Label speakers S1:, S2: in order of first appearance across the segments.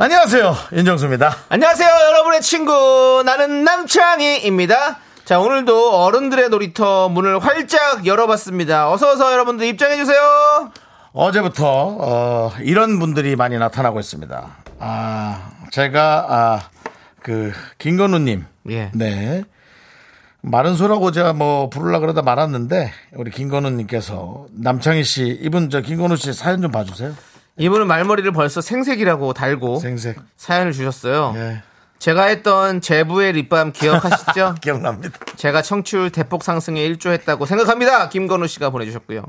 S1: 안녕하세요. 윤정수입니다.
S2: 안녕하세요, 여러분의 친구. 나는 남창희입니다. 자, 오늘도 어른들의 놀이터 문을 활짝 열어봤습니다. 어서어서 여러분들 입장해주세요.
S1: 어제부터 어, 이런 분들이 많이 나타나고 있습니다. 아, 제가 아, 그 김건우님,
S2: 예.
S1: 네 마른 소라고 제가 뭐 부르려 그러다 말았는데 우리 김건우님께서 남창희 씨 이분 저 김건우 씨 사연 좀 봐주세요.
S2: 이분은 말머리를 벌써 생색이라고 달고
S1: 생색.
S2: 사연을 주셨어요.
S1: 예.
S2: 제가 했던 제부의 립밤 기억하시죠?
S1: 기억납니다.
S2: 제가 청취율 대폭 상승에 일조했다고 생각합니다. 김건우 씨가 보내주셨고요.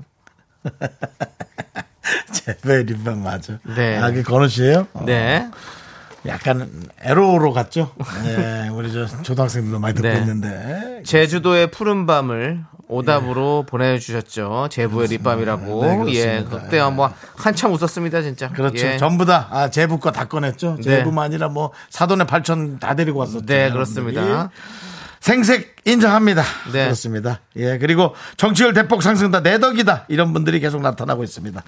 S1: 제발 립밤 맞아.
S2: 네.
S1: 아, 그 건우 씨예요? 어,
S2: 네.
S1: 약간 에로로 갔죠? 네, 우리 저 초등학생들도 많이 듣고
S2: 네.
S1: 있는데.
S2: 제주도의 푸른 밤을 오답으로 보내주셨죠. 제부의
S1: 예. 네,
S2: 립밤이라고.
S1: 그렇습니다.
S2: 예, 그때 뭐 한참 웃었습니다, 진짜.
S1: 그렇죠.
S2: 예.
S1: 전부 다 아, 제부 거 다 꺼냈죠.
S2: 네.
S1: 제부만 아니라 뭐 사돈의 팔천 다 데리고 왔었죠.
S2: 네, 그렇습니다.
S1: 생색 인정합니다.
S2: 네.
S1: 그렇습니다. 예, 그리고 정치율 대폭 상승다 내 덕이다 이런 분들이 계속 나타나고 있습니다.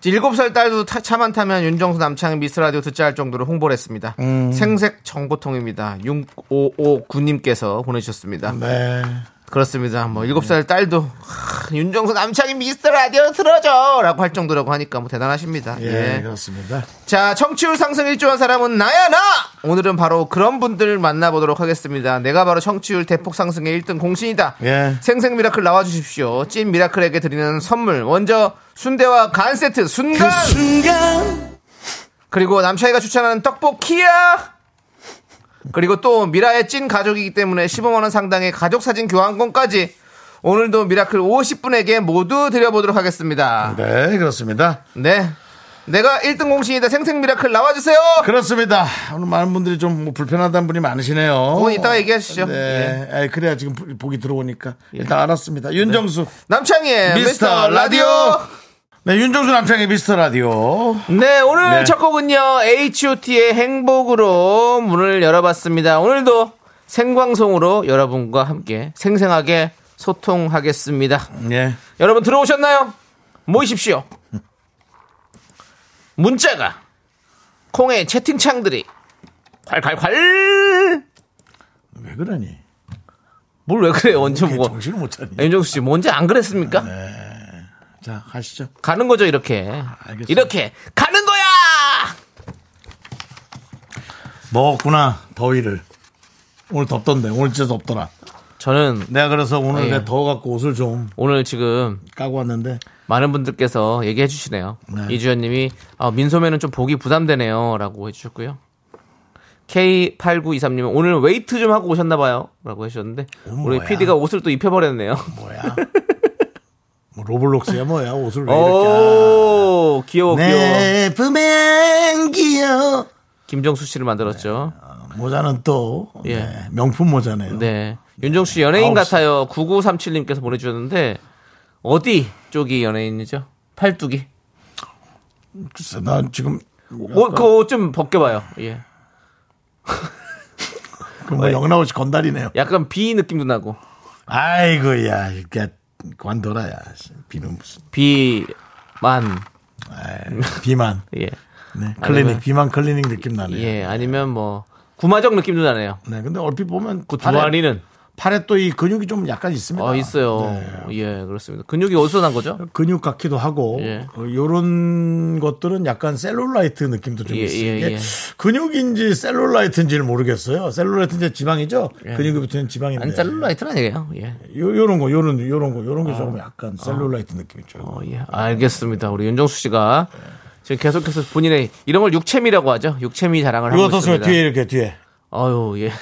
S2: 7살 딸도 타- 차만 타면 윤정수 남창의 미스라디오 듣자 할 정도로 홍보를 했습니다.
S1: 음.
S2: 생색 정보통입니다. 6559님께서 보내주셨습니다.
S1: 네,
S2: 그렇습니다. 뭐 7살 딸도 하, 윤정수 남창의 미스라디오 들어줘! 라고 할 정도라고 하니까 뭐 대단하십니다.
S1: 예,
S2: 예.
S1: 그렇습니다.
S2: 자, 청취율 상승 일조한 사람은 나야 나! 오늘은 바로 그런 분들 만나보도록 하겠습니다. 내가 바로 청취율 대폭 상승의 1등 공신이다.
S1: 예.
S2: 생생 미라클 나와주십시오. 찐 미라클에게 드리는 선물. 먼저 순대와 간 세트 그 순간.
S1: 그
S2: 그리고 남차이가 추천하는 떡볶 키야. 그리고 또 미라의 찐 가족이기 때문에 15만 원 상당의 가족 사진 교환권까지 오늘도 미라클 50분에게 모두 드려보도록 하겠습니다.
S1: 네, 그렇습니다.
S2: 네. 내가 1등 공신이다. 생생 미라클 나와주세요.
S1: 그렇습니다. 오늘 많은 분들이 좀뭐 불편하다는 분이 많으시네요.
S2: 그건 뭐 이따가 얘기하시죠. 예.
S1: 네, 아이, 그래야 지금 보- 보기 들어오니까 일단
S2: 네.
S1: 알았습니다. 윤정수
S2: 남창희의
S1: 미스터 라디오. 네, 윤정수 남창의 미스터 라디오.
S2: 네, 오늘
S1: 네.
S2: 첫 곡은요, H.O.T.의 행복으로 문을 열어봤습니다. 오늘도 생방송으로 여러분과 함께 생생하게 소통하겠습니다.
S1: 예.
S2: 여러분 들어오셨나요? 모이십시오. 문자가, 콩의 채팅창들이, 콸콸콸!
S1: 왜 그러니?
S2: 뭘 왜 그래요? 언제
S1: 이게
S2: 뭐.
S1: 정신을 네. 못 차니.
S2: 윤정수 씨, 뭔지 안 그랬습니까?
S1: 자, 하시죠.
S2: 가는 거죠, 이렇게.
S1: 아, 알겠습니다.
S2: 이렇게, 가는 거야!
S1: 먹었구나, 더위를. 오늘 덥던데, 오늘 진짜 덥더라.
S2: 저는
S1: 내가 그래서 오늘
S2: 예.
S1: 내 더워갖고 옷을 좀
S2: 오늘 지금
S1: 까고 왔는데,
S2: 많은 분들께서 얘기해 주시네요.
S1: 네.
S2: 이주연님이 아, 민소매는 좀 보기 부담되네요라고 해주셨고요. K8923님은 오늘 웨이트 좀 하고 오셨나봐요라고 해주셨는데
S1: 음,
S2: 우리
S1: 뭐야.
S2: PD가 옷을 또 입혀버렸네요.
S1: 뭐야. 뭐 로블록스야, 뭐야. 옷을
S2: 네,
S1: 왜 이렇게.
S2: 오 귀여워 귀여워.
S1: 내 품에 안기요.
S2: 김정수 씨를 만들었죠.
S1: 어, 모자는 또,
S2: 예.
S1: 네, 명품 모자네요.
S2: 네. 윤정수 씨 연예인
S1: 아홉 시.
S2: 같아요. 9937님께서 보내주셨는데 어디 쪽이 연예인이죠? 팔뚝이.
S1: 글쎄, 난 지금,
S2: 뭐 어, 옷그옷좀 벗겨봐요. 예.
S1: 그 뭐, 영나오 씨 건달이네요.
S2: 약간 비 느낌도 나고
S1: 아이고, 야, 이게 관둬라, 야. 비는 무슨,
S2: 비만
S1: 아이, 비만.
S2: 예.
S1: 네, 클리닉
S2: 아니면-
S1: 비만 클리닉 느낌 나네요.
S2: 예, 아니면 뭐 구마적 느낌도 나네요.
S1: 네, 근데 얼핏 보면
S2: 그
S1: 팔에-
S2: 두아리는
S1: 팔에 또 이 근육이 좀 약간 있습니다.
S2: 어 있어요.
S1: 네. 네.
S2: 예, 그렇습니다. 근육이 어디서 난 거죠?
S1: 근육 같기도 하고
S2: 예.
S1: 이런 것들은 약간 셀룰라이트 느낌도 좀
S2: 예,
S1: 있어요.
S2: 예,
S1: 이게
S2: 예.
S1: 근육인지 셀룰라이트인지를 모르겠어요. 셀룰라이트는 지방이죠. 근육이 붙은 지방인데.
S2: 예. 아니 셀룰라이트는 아. 아니에요. 예.
S1: 요, 요런 거, 요런 요런 거, 요런 게 조금 약간 셀룰라이트 느낌이죠.
S2: 어, 예. 알겠습니다. 우리 윤정수 씨가 지금 계속해서 본인의 이런 걸 육체미라고 하죠. 육체미 자랑을
S1: 이거
S2: 하고
S1: 어떻습니까?
S2: 있습니다.
S1: 뒤에 이렇게 뒤에
S2: 어유 예.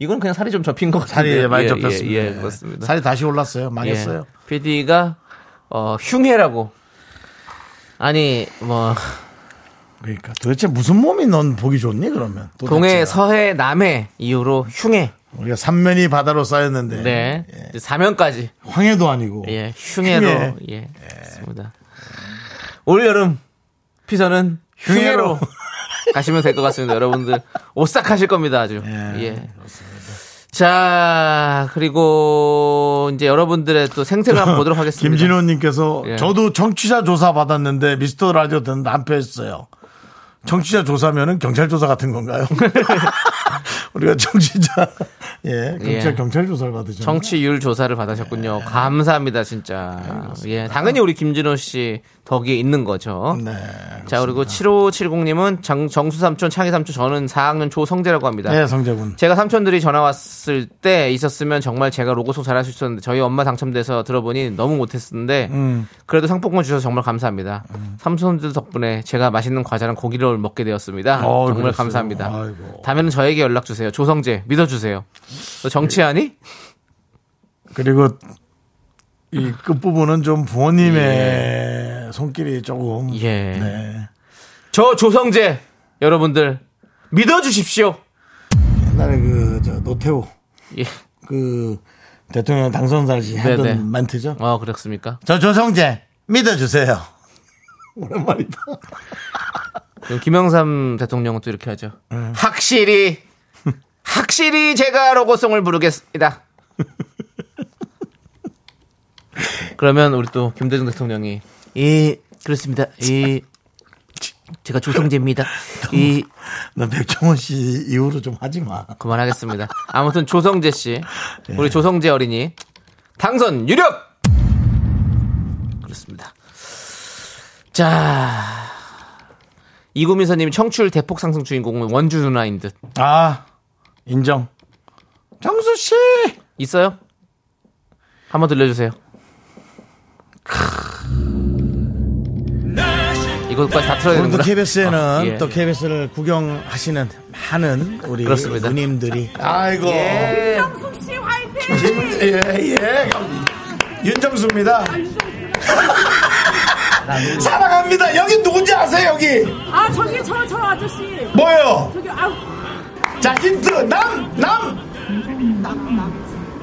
S2: 이건 그냥 살이 좀 접힌 것 같아요.
S1: 살이 많이
S2: 예,
S1: 접혔습니다.
S2: 예, 예, 그렇습니다. 예.
S1: 살이 다시 올랐어요. 망했어요.
S2: PD가 어, 흉해라고. 아니 뭐
S1: 그러니까 도대체 무슨 몸이 넌 보기 좋니 그러면 도대체가.
S2: 동해, 서해, 남해 이후로 흉해.
S1: 우리가 삼면이 바다로 쌓였는데
S2: 네.
S1: 예.
S2: 이제 사면까지.
S1: 황해도 아니고
S2: 예. 흉해로.
S1: 흉해.
S2: 예. 그렇습니다. 올 여름 피서는 흉해로,
S1: 흉해로.
S2: 가시면 될 것 같습니다. 여러분들 오싹하실 겁니다. 아주.
S1: 예,
S2: 예. 자, 그리고 이제 여러분들의 또 생색을 한번 보도록 하겠습니다.
S1: 김진호님께서
S2: 예.
S1: 저도 청취자 조사 받았는데 미스터 라디오 듣는데 안 패했어요. 청취자 조사면은 경찰 조사 같은 건가요? 우리가 청취자 예 경찰
S2: 예.
S1: 경찰 조사를 받으죠.
S2: 정치율 조사를 받으셨군요. 감사합니다, 진짜. 예, 당연히 우리 김진호 씨 덕이 있는 거죠.
S1: 네.
S2: 자, 그리고 7570님은 정, 정수 삼촌, 창희 삼촌, 저는 4학년 초성재라고 합니다.
S1: 네 성재군.
S2: 제가 삼촌들이 전화 왔을 때 있었으면 정말 제가 로고송 잘할 수 있었는데 저희 엄마 당첨돼서 들어보니 너무 못했는데
S1: 음.
S2: 그래도 상품권 주셔서 정말 감사합니다. 삼촌들 덕분에 제가 맛있는 과자랑 고기를 먹게 되었습니다.
S1: 어,
S2: 정말
S1: 그랬어요.
S2: 감사합니다.
S1: 아이고.
S2: 다음에는 저에게 연락 주세요. 조성재 믿어주세요. 너 정치하니?
S1: 그리고 이 끝부분은 좀 부모님의 손길이 조금
S2: 예.
S1: 네.
S2: 저 조성재 여러분들 믿어주십시오.
S1: 옛날에 그저 노태우
S2: 예.
S1: 그 대통령 당선사시 하던
S2: 네, 네.
S1: 멘트죠.
S2: 어 그렇습니까?
S1: 저 조성재 믿어주세요. 오랜만이다.
S2: 그럼 김영삼 대통령은 또 이렇게 하죠. 확실히 확실히 제가 로고송을 부르겠습니다. 그러면 우리 또 김대중 대통령이 예 그렇습니다. 예 제가 조성재입니다. 이
S1: 나 백종원 씨 이후로 좀 하지 마.
S2: 그만하겠습니다. 아무튼 조성재 씨,
S1: 예.
S2: 우리 조성재 어린이 당선 유력. 그렇습니다. 자, 이구민서님 청출 대폭 상승 주인공은 원주 누나인 듯
S1: 아 인정. 정수 씨
S2: 있어요? 한번 들려주세요. 이것까지 다 틀어야
S1: 오늘 또
S2: 되는구나.
S1: KBS에는
S2: 아, 예,
S1: 또
S2: 예.
S1: KBS를 구경하시는 많은 우리
S2: 그렇습니다.
S1: 누님들이 아이고
S2: 예.
S1: 예예 윤정수입니다. 사랑합니다. 여기 누군지 아세요 여기
S3: 아 저기 저 저 아저씨
S1: 뭐예요?
S3: 저기 아
S1: 자 힌트 남남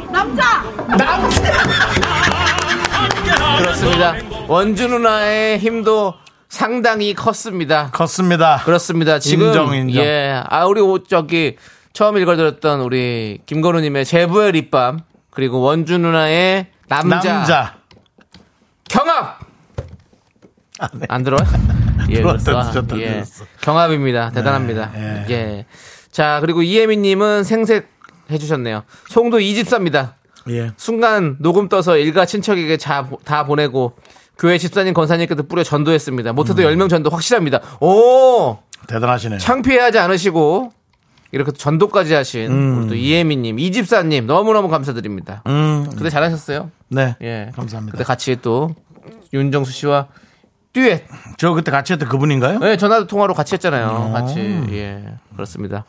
S3: 남자
S1: 남.
S2: 그렇습니다. 원주 누나의 힘도 상당히 컸습니다.
S1: 컸습니다.
S2: 그렇습니다. 지금
S1: 인정, 인정.
S2: 예. 아 우리 오- 저기 처음 읽어드렸던 우리 김건우 님의 제부의 립밤 그리고 원주 누나의 남자,
S1: 남자
S2: 경합 안 들어요? 예,
S1: 들어왔다,
S2: 그렇다.
S1: 들어왔다,
S2: 예.
S1: 들어왔어.
S2: 경합입니다. 대단합니다.
S1: 네,
S2: 예. 자 그리고 이혜민 님은 생색 해주셨네요. 송도 이집사입니다.
S1: 예.
S2: 순간 녹음 떠서 일가 친척에게 자- 다 보내고 교회 집사님 권사님께도 뿌려 전도했습니다. 못해도
S1: 음.
S2: 10명 전도 확실합니다. 오!
S1: 대단하시네요.
S2: 창피해하지 않으시고 이렇게 또 전도까지 하신 우리 또 이혜미님, 이집사님 너무너무 감사드립니다.
S1: 음,
S2: 그때 잘하셨어요.
S1: 네.
S2: 예,
S1: 감사합니다.
S2: 그때 같이 또 윤정수 씨와 듀엣,
S1: 저 그때 같이 했던 그분인가요?
S2: 예, 전화 통화로 같이
S1: 음.
S2: 했잖아요. 같이 예, 그렇습니다.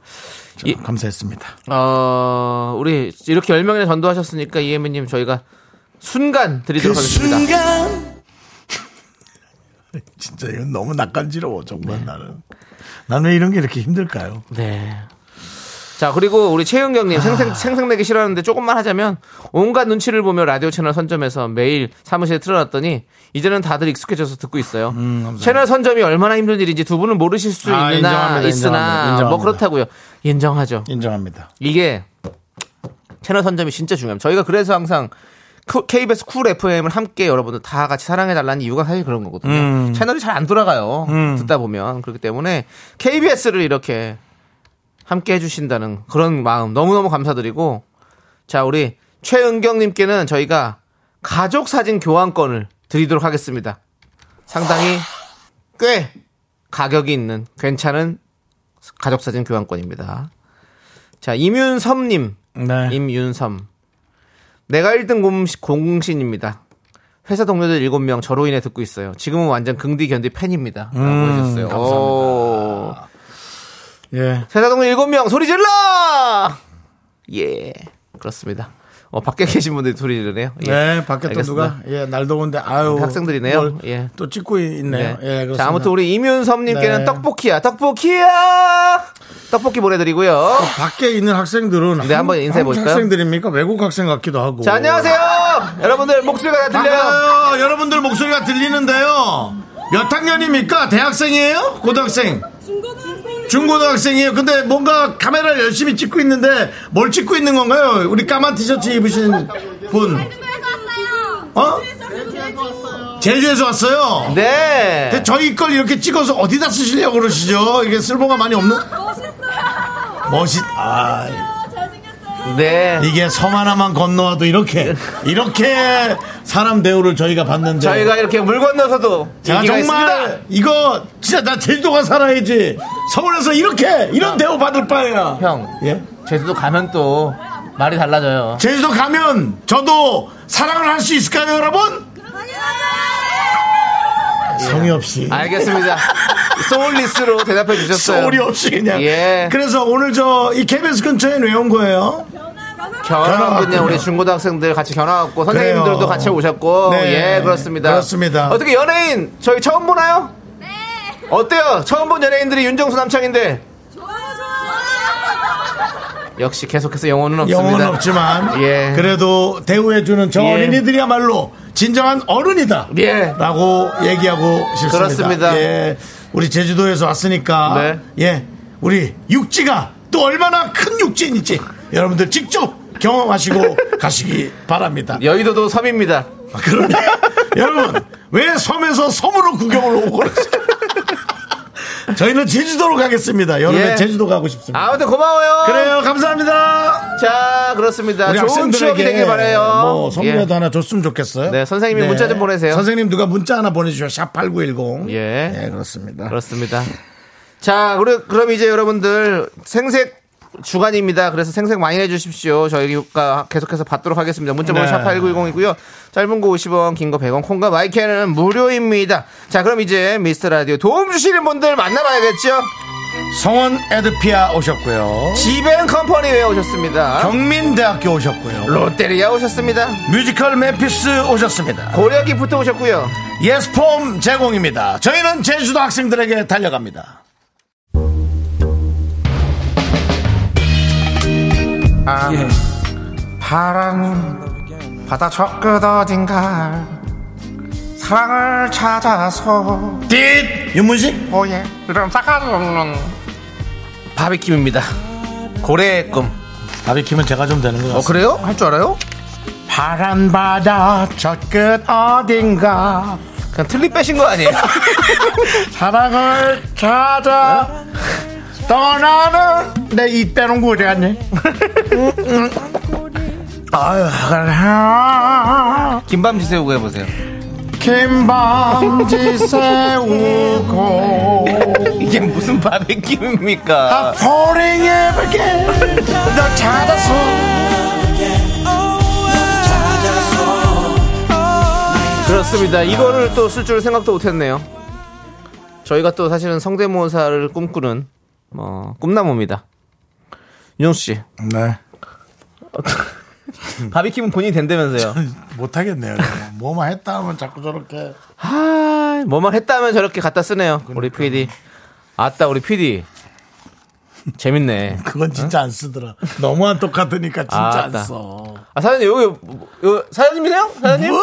S1: 자,
S2: 예.
S1: 감사했습니다.
S2: 어, 우리 이렇게 1 0 명이나 전도하셨으니까 이혜미님 저희가 순간 드리도록
S1: 그
S2: 하겠습니다.
S1: 순간 진짜 이건 너무 낯간지러워 정말 네. 나는 나는 왜 이런 게 이렇게 힘들까요?
S2: 네. 자, 그리고 우리 최은경님
S1: 아.
S2: 생생, 생생내기 싫어하는데 조금만 하자면 온갖 눈치를 보며 라디오 채널 선점에서 매일 사무실에 틀어놨더니 이제는 다들 익숙해져서 듣고 있어요. 채널 선점이 얼마나 힘든 일인지 두 분은 모르실 수
S1: 음, 아,
S2: 있나
S1: 인정합니다,
S2: 있으나
S1: 인정합니다,
S2: 뭐
S1: 인정합니다.
S2: 그렇다고요. 인정하죠.
S1: 인정합니다.
S2: 이게 채널 선점이 진짜 중요합니다. 저희가 그래서 항상 쿠- KBS 쿨 FM을 함께 여러분들 다 같이 사랑해달라는 이유가 사실 그런 거거든요. 채널이 잘 안 돌아가요. 듣다 보면. 그렇기 때문에 KBS를 이렇게 함께 해주신다는 그런 마음 너무너무 감사드리고 자, 우리 최은경님께는 저희가 가족 사진 교환권을 드리도록 하겠습니다. 상당히 꽤 가격이 있는 괜찮은 가족 사진 교환권입니다. 자, 임윤섭님.
S1: 네.
S2: 임윤섬. 내가 1등 공시, 공신입니다. 회사 동료들 7명 저로 인해 듣고 있어요. 지금은 완전 긍디 견디 팬입니다. 라고
S1: 음,
S2: 하셨어요. 오.
S1: 예.
S2: 회사 동료 7명 소리 질러! 예. 그렇습니다. 어, 밖에 계신 분들이 둘이 이러네요. 예.
S1: 예, 밖에 또
S2: 알겠습니다.
S1: 누가 예 날 더운데 아유
S2: 학생들이네요.
S1: 뭘
S2: 예.
S1: 또 찍고 있네요.
S2: 네.
S1: 예, 그렇습니다.
S2: 자, 아무튼 우리 임윤섭님께는
S1: 네.
S2: 떡볶이야, 떡볶이야! 떡볶이 보내드리고요.
S1: 밖에 있는 학생들은
S2: 네, 한번 인사해
S1: 한국
S2: 볼까요?
S1: 학생들입니까? 외국 학생 같기도 하고.
S2: 자, 안녕하세요! 여러분들 목소리가 다 들려요.
S1: 반가워요. 여러분들 목소리가 들리는데요. 몇 학년입니까? 대학생이에요? 고등학생?
S3: 중고등학생
S1: 중고등학생이에요. 근데 뭔가 카메라를 열심히 찍고 있는데 뭘 찍고 있는 건가요? 우리 까만 티셔츠 입으신 분.
S3: 중고에서 왔어요. 네,
S1: 어? 제주에서 왔어요.
S2: 네.
S1: 근데 저희 걸 이렇게 찍어서 어디다 쓰시려고 그러시죠? 이게 쓸모가 많이 없는?
S3: 멋있어요.
S1: 멋있, 아,
S3: 잘생겼어요.
S2: 네.
S1: 이게 섬 하나만 건너와도 이렇게, 이렇게 사람 대우를 저희가 받는데.
S2: 저희가 이렇게 물 건너서도
S1: 제가
S2: 인기가
S1: 정말
S2: 있습니다.
S1: 이거 진짜 나 제주도가 살아야지 서울에서 이렇게 이런 대우 받을 바에야
S2: 형.
S1: 예?
S2: 제주도 가면 또 말이 달라져요.
S1: 제주도 가면 저도 사랑을 할 수 있을까요 여러분?
S2: 예.
S1: 성의 없이
S2: 아, 알겠습니다. 소울리스로 대답해 주셨어요.
S1: 소리 없이 그냥
S2: 예.
S1: 그래서 오늘 저 이 KBS 근처에 왜 온 거예요?
S2: 결혼군요
S1: 결혼.
S2: 우리 중고등학생들 같이 결혼하고 선생님들도
S1: 네. 그래요.
S2: 같이 오셨고
S1: 네.
S2: 예 그렇습니다.
S1: 그렇습니다.
S2: 어떻게 연예인 저희 처음 보나요? 네. 어때요? 처음 본 연예인들이 윤정수 남창인데 역시 계속해서 영혼은 없습니다.
S1: 영혼은 없지만
S2: 예.
S1: 그래도 대우해주는 저
S2: 예.
S1: 어린이들이야말로 진정한 어른이다
S2: 예.
S1: 라고 얘기하고 싶습니다
S2: 그렇습니다. 네.
S1: 예. 우리 제주도에서 왔으니까 예. 우리 육지가 또 얼마나 큰 육지인지 여러분들 직접 경험하시고 가시기 바랍니다
S2: 여의도도 섬입니다.
S1: 아, 그러네 여러분 왜 섬에서 섬으로 구경을 오고 그러세요 저희는 제주도로 가겠습니다 여름에
S2: 예.
S1: 제주도 가고 싶습니다
S2: 아무튼 고마워요.
S1: 그래요 감사합니다
S2: 자 그렇습니다.
S1: 우리
S2: 좋은
S1: 학생들에게
S2: 추억이 되길 바래요.
S1: 뭐 선물이라도
S2: 예.
S1: 하나 줬으면 좋겠어요.
S2: 네, 선생님이 문자 좀 보내세요.
S1: 선생님 누가 문자 하나 보내주셔. 샵 8910.
S2: 예.
S1: 네, 그렇습니다.
S2: 그렇습니다. 자, 그래, 그럼 이제 여러분들 생색 주간입니다. 그래서 생색 많이 해주십시오. 저희가 계속해서 받도록 하겠습니다. 문자번호
S1: 네.
S2: 샵 8910이고요. 짧은 거 50원, 긴 거 100원, 콩과 마이크는 무료입니다. 자, 그럼 이제 미스터 라디오 도움 주시는 분들 만나봐야겠죠?
S1: 성원 에드피아 오셨고요.
S2: 지벤 컴퍼니 왜 오셨습니다.
S1: 경민대학교 오셨고요.
S2: 롯데리아 오셨습니다.
S1: 뮤지컬 멤피스 오셨습니다.
S2: 고려기프트 오셨고요.
S1: 예스폼 제공입니다. 저희는 제주도 학생들에게 달려갑니다.
S2: 아, 바람이 바다 저 끝 어딘가 사랑을 찾아서
S1: 띠 윤문식
S2: 오예 그럼 사카롱롱 바비킴입니다 고래의 꿈 어,
S1: 바비킴은 제가 좀 되는 것 같습니다.
S2: 그래요? 할 줄 알아요?
S1: 파란 바다 저 끝 어딘가
S2: 그냥 틀리 빼신 거 아니에요?
S1: 사랑을 찾아
S2: 어?
S1: 떠나는 내 입 빼놓은 거 어디 갔니? 아유, 그래.
S2: 김밤지 새우고 해보세요
S1: 김밤지 세우고
S2: 이게 무슨 바비킴입니까
S1: falling ever again 너 찾았어
S2: 그렇습니다 이거를 또 쓸 줄 생각도 못했네요 저희가 또 사실은 성대모사를 꿈꾸는 뭐 꿈나무입니다 윤정씨
S1: 네
S2: 바비킴은 본인이 된다면서요
S1: 못하겠네요 뭐만 했다 하면 자꾸 저렇게
S2: 아, 뭐만 했다면 저렇게 갖다 쓰네요. 우리 PD. 아따, 우리 PD. 재밌네.
S1: 그건 진짜 안 쓰더라 너무한 똑같으니까
S2: 아,
S1: 진짜
S2: 맞다.
S1: 안써
S2: 아, 사장님, 여기, 여 사장님이세요? 사장님?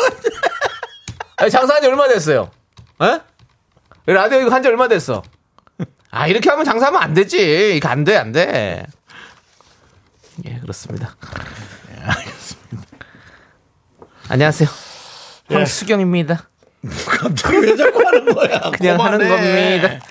S2: 아니, 장사한 지 얼마 됐어요? 에? 이 라디오 이거 한 지 얼마 됐어? 아, 이렇게 하면 장사하면 안 되지. 이거 안 돼, 안 돼. 예, 그렇습니다. 예, 안녕하세요. 예. 황수경입니다.
S1: 갑자기 왜 자꾸 하는 거야
S2: 그냥 하는
S1: 그만해.
S2: 겁니다.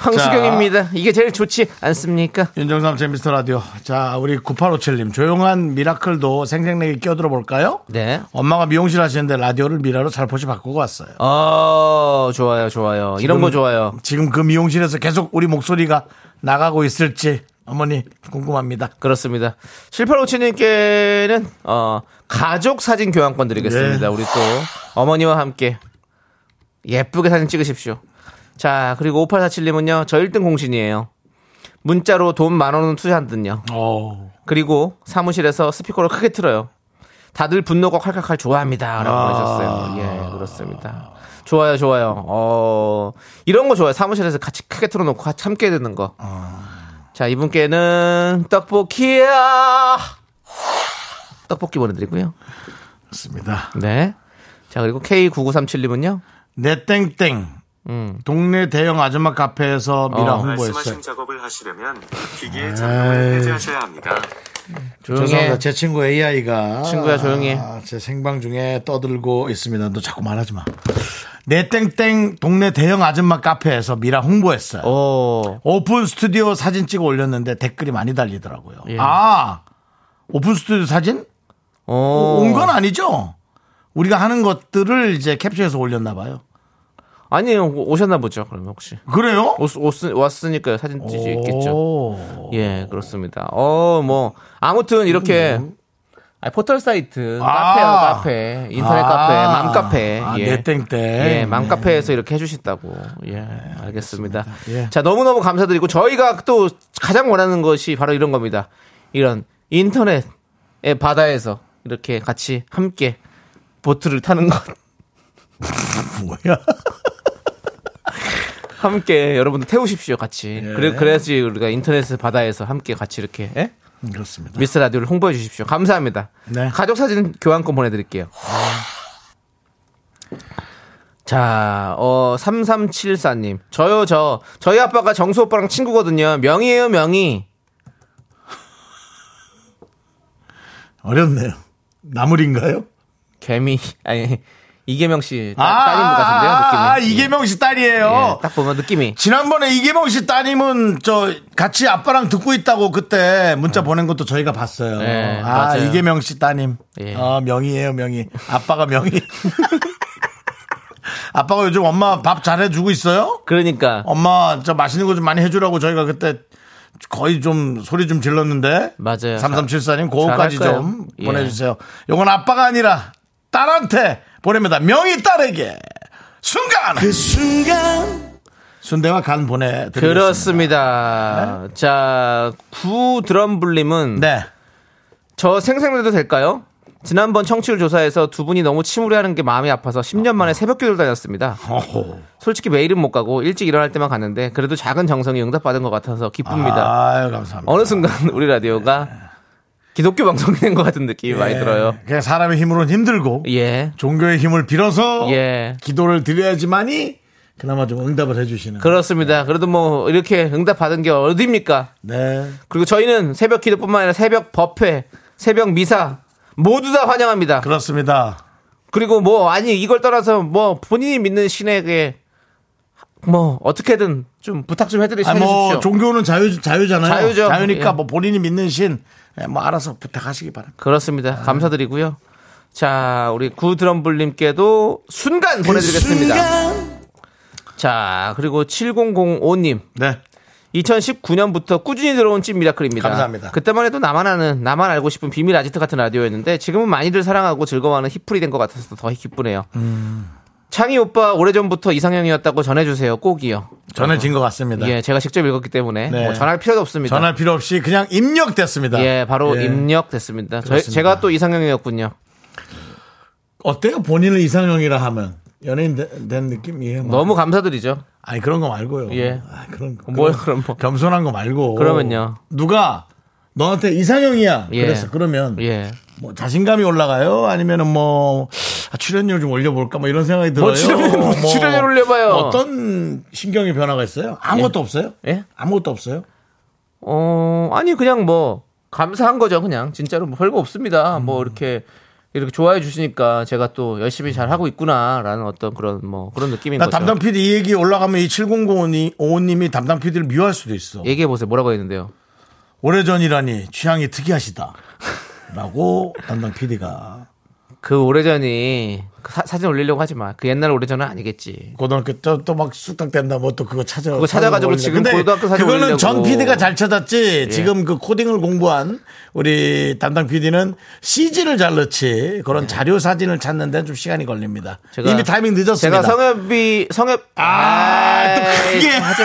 S2: 황수경입니다. 이게 제일 좋지 않습니까?
S1: 윤정삼 재미스터 라디오. 자, 우리 9857님. 조용한 미라클도 생생내기 끼어들어 볼까요?
S2: 네.
S1: 엄마가 미용실 하시는데 라디오를 미라로 살포시 바꾸고 왔어요.
S2: 어, 좋아요, 좋아요. 이런 거 좋아요.
S1: 지금 그 미용실에서 계속 우리 목소리가 나가고 있을지 어머니 궁금합니다.
S2: 그렇습니다. 7857님께는, 어, 가족 사진 교환권 드리겠습니다.
S1: 예.
S2: 우리 또, 어머니와 함께 예쁘게 사진 찍으십시오. 자, 그리고 5847님은요, 저 1등 공신이에요. 문자로 돈 만 원은 투자한든요.
S1: 어.
S2: 그리고 사무실에서 스피커를 크게 틀어요. 다들 분노가 칼칼칼 좋아합니다. 라고
S1: 아.
S2: 보내셨어요. 예, 그렇습니다. 좋아요, 좋아요. 어, 이런 거 좋아요. 사무실에서 같이 크게 틀어놓고 참게 되는 거.
S1: 어.
S2: 자, 이분께는 떡볶이야! 떡볶이 보내드리고요.
S1: 그렇습니다.
S2: 네. 자, 그리고 K9937님은요?
S1: 내 땡땡. 동네 대형 아줌마 카페에서 미라
S2: 음. 어.
S1: 홍보했어요.
S4: 말씀하신 작업을 하시려면 기기의 장면을 해제하셔야 합니다.
S2: 조용히 해.
S1: 죄송합니다. 제 친구 AI가 아,
S2: 친구야, 조용히 해.
S1: 제 생방 중에 떠들고 있습니다. 너 자꾸 말하지 마. 내 땡땡 동네 대형 아줌마 카페에서 미라 홍보했어요.
S2: 오,
S1: 오픈 스튜디오 사진 찍어 올렸는데 댓글이 많이 달리더라고요.
S2: 예.
S1: 아 오픈 스튜디오 사진
S2: 오.
S1: 온 건 아니죠? 우리가 하는 것들을 이제 캡처해서 올렸나 봐요.
S2: 아니에요. 오셨나 보죠, 그러면 혹시.
S1: 그래요?
S2: 오스- 오스- 왔으니까 사진 찍지 있겠죠.
S1: 오.
S2: 예, 그렇습니다. 어, 뭐 아무튼 이렇게 아, 포털 사이트,
S1: 음. 아.
S2: 카페요, 카페, 인터넷
S1: 아.
S2: 카페, 맘 카페,
S1: 아,
S2: 예.
S1: 내 땡땡.
S2: 예, 맘
S1: 네.
S2: 카페에서 이렇게 해주신다고. 예, 알겠습니다.
S1: 예.
S2: 자, 너무너무 감사드리고 저희가 또 가장 원하는 것이 바로 이런 겁니다. 이런 인터넷의 바다에서 이렇게 같이 함께 보트를 타는 것.
S1: 뭐야?
S2: 함께 여러분들 태우십시오 같이 그래 그래야지 우리가 인터넷 바다에서 함께 같이 이렇게 예?
S1: 네, 그렇습니다.
S2: 미스 라디오를 홍보해 주십시오 감사합니다
S1: 네.
S2: 가족 사진 교환권 보내드릴게요 자, 어, 3374님. 저요, 저. 저희 아빠가 정수 오빠랑 친구거든요. 명이에요, 명이.
S1: 어렵네요. 나물인가요?
S2: 개미. 아니, 이계명 씨. 따,
S1: 아,
S2: 따님 것 같은데요,
S1: 아,
S2: 느낌이.
S1: 아, 아, 이계명 씨 딸이에요.
S2: 예, 딱 보면 느낌이.
S1: 지난번에 이계명 씨 따님은 저 같이 아빠랑 듣고 있다고 그때 문자 보낸 것도 저희가 봤어요.
S2: 음. 네,
S1: 아
S2: 맞아요.
S1: 이계명 씨 따님.
S2: 예.
S1: 어, 명의예요 명의. 아빠가 명의. 아빠가 요즘 엄마 밥 잘해주고 있어요?
S2: 그러니까.
S1: 엄마 저 맛있는 거 좀 많이 해주라고 저희가 그때 거의 좀 소리 좀 질렀는데
S2: 맞아요.
S1: 3374님 그거까지
S2: 잘할
S1: 좀
S2: 거예요. 예.
S1: 보내주세요. 요건 아빠가 아니라 딸한테 보냅니다. 명의 딸에게 순간 그 순간 순대와 간 보내드리겠습니다.
S2: 그렇습니다. 자, 구드럼블님은
S1: 네.
S2: 저 생생내도 될까요? 지난번 청취율 조사에서 두 분이 너무 치무리하는 게 마음이 아파서 10년 만에 새벽 기도를 다녔습니다.
S1: 어허.
S2: 솔직히 매일은 못 가고 일찍 일어날 때만 갔는데 그래도 작은 정성이 응답받은 것 같아서 기쁩니다.
S1: 아유 감사합니다.
S2: 어느 순간 우리 라디오가 기독교 방송이 된 것 같은 느낌이 많이
S1: 예.
S2: 들어요.
S1: 그냥 사람의 힘으로는 힘들고
S2: 예.
S1: 종교의 힘을 빌어서
S2: 예.
S1: 기도를 드려야지만이 그나마 좀 응답을 해주시는.
S2: 그렇습니다. 그래도 뭐 이렇게 응답받은 게 어딥니까?
S1: 네.
S2: 그리고 저희는 새벽 기도뿐만 아니라 새벽 법회, 새벽 미사 모두 다 환영합니다.
S1: 그렇습니다.
S2: 그리고 뭐 아니 이걸 떠나서 뭐 본인이 믿는 신에게 뭐 어떻게든 좀 부탁 좀 해드리
S1: 아니, 뭐
S2: 해주십시오.
S1: 종교는 자유 자유잖아요.
S2: 자유죠.
S1: 니까
S2: 예.
S1: 뭐 본인이 믿는 신 뭐 알아서 부탁하시기 바랍니다. 아.
S2: 그렇습니다. 감사드리고요. 자 우리 구드럼블님께도 순간
S1: 그
S2: 보내드리겠습니다. 자 그리고 7005님
S1: 네.
S2: 2019년부터 꾸준히 들어온 찐 미라클입니다.
S1: 감사합니다.
S2: 그때만 해도 나만 아는 나만 알고 싶은 비밀 아지트 같은 라디오였는데 지금은 많이들 사랑하고 즐거워하는 히플이 된 것 같아서 더 기쁘네요.
S1: 음.
S2: 창희 오빠 오래전부터 이상형이었다고 전해주세요. 꼭이요.
S1: 전해진 것 같습니다.
S2: 예, 제가 직접 읽었기 때문에
S1: 네.
S2: 뭐 전할 필요도 없습니다.
S1: 전할 필요 없이 그냥 입력됐습니다.
S2: 예, 바로
S1: 예.
S2: 입력됐습니다. 저희,
S1: 그렇습니다.
S2: 제가 또 이상형이었군요.
S1: 어때요? 본인을 이상형이라 하면 연예인 되- 된 느낌이에요. 뭐.
S2: 너무 감사드리죠.
S1: 아니 그런 거 말고요.
S2: 예.
S1: 아, 그런 거.
S2: 뭐요,
S1: 그런-
S2: 그럼 뭐.
S1: 겸손한 거 말고.
S2: 그러면요.
S1: 누가 너한테 이상형이야.
S2: 예.
S1: 그래서 그러면
S2: 예.
S1: 뭐 자신감이 올라가요? 아니면은 뭐 아, 출연료 좀 올려볼까? 뭐 이런 생각이 들어요.
S2: 뭐 출연료, 뭐 출연료 올려봐요.
S1: 어떤 신경의 변화가 있어요? 아무것도 없어요?
S2: 예?
S1: 아무것도 없어요?
S2: 어, 아니 그냥 뭐 감사한 거죠, 그냥. 진짜로 뭐 별거 없습니다.
S1: 음.
S2: 뭐 이렇게 이렇게 좋아해 주시니까 제가 또 열심히 잘 하고 있구나라는 어떤 그런 뭐 그런 느낌인
S1: 나
S2: 거죠.
S1: 담당 PD 이 얘기 올라가면 이 7005님이 담당 PD를 미워할 수도 있어.
S2: 얘기해 보세요. 뭐라고 했는데요?
S1: 오래전이라니 취향이 특이하시다. 라고 담당 PD가
S2: 그 오래전이 그 사, 사진 올리려고 하지 마. 그 옛날 오래전은 아니겠지.
S1: 고등학교 때 또 막 쑥닥댄다 뭐 또 그거 찾아
S2: 그거 찾아가지고
S1: 올리네.
S2: 지금
S1: 근데
S2: 고등학교 사진
S1: 그거는
S2: 올리려고. 예.
S1: 전 PD가 잘 찾았지 지금 그 코딩을 공부한 우리 담당 PD는 CG를 잘 넣지 그런 자료 사진을 찾는 데는 좀 시간이 걸립니다
S2: 예. 제가-
S1: 이미 타이밍 늦었습니다
S2: 제가 성엽이 성엽
S1: 아, 또
S2: 아이,
S1: 크게.
S2: 하지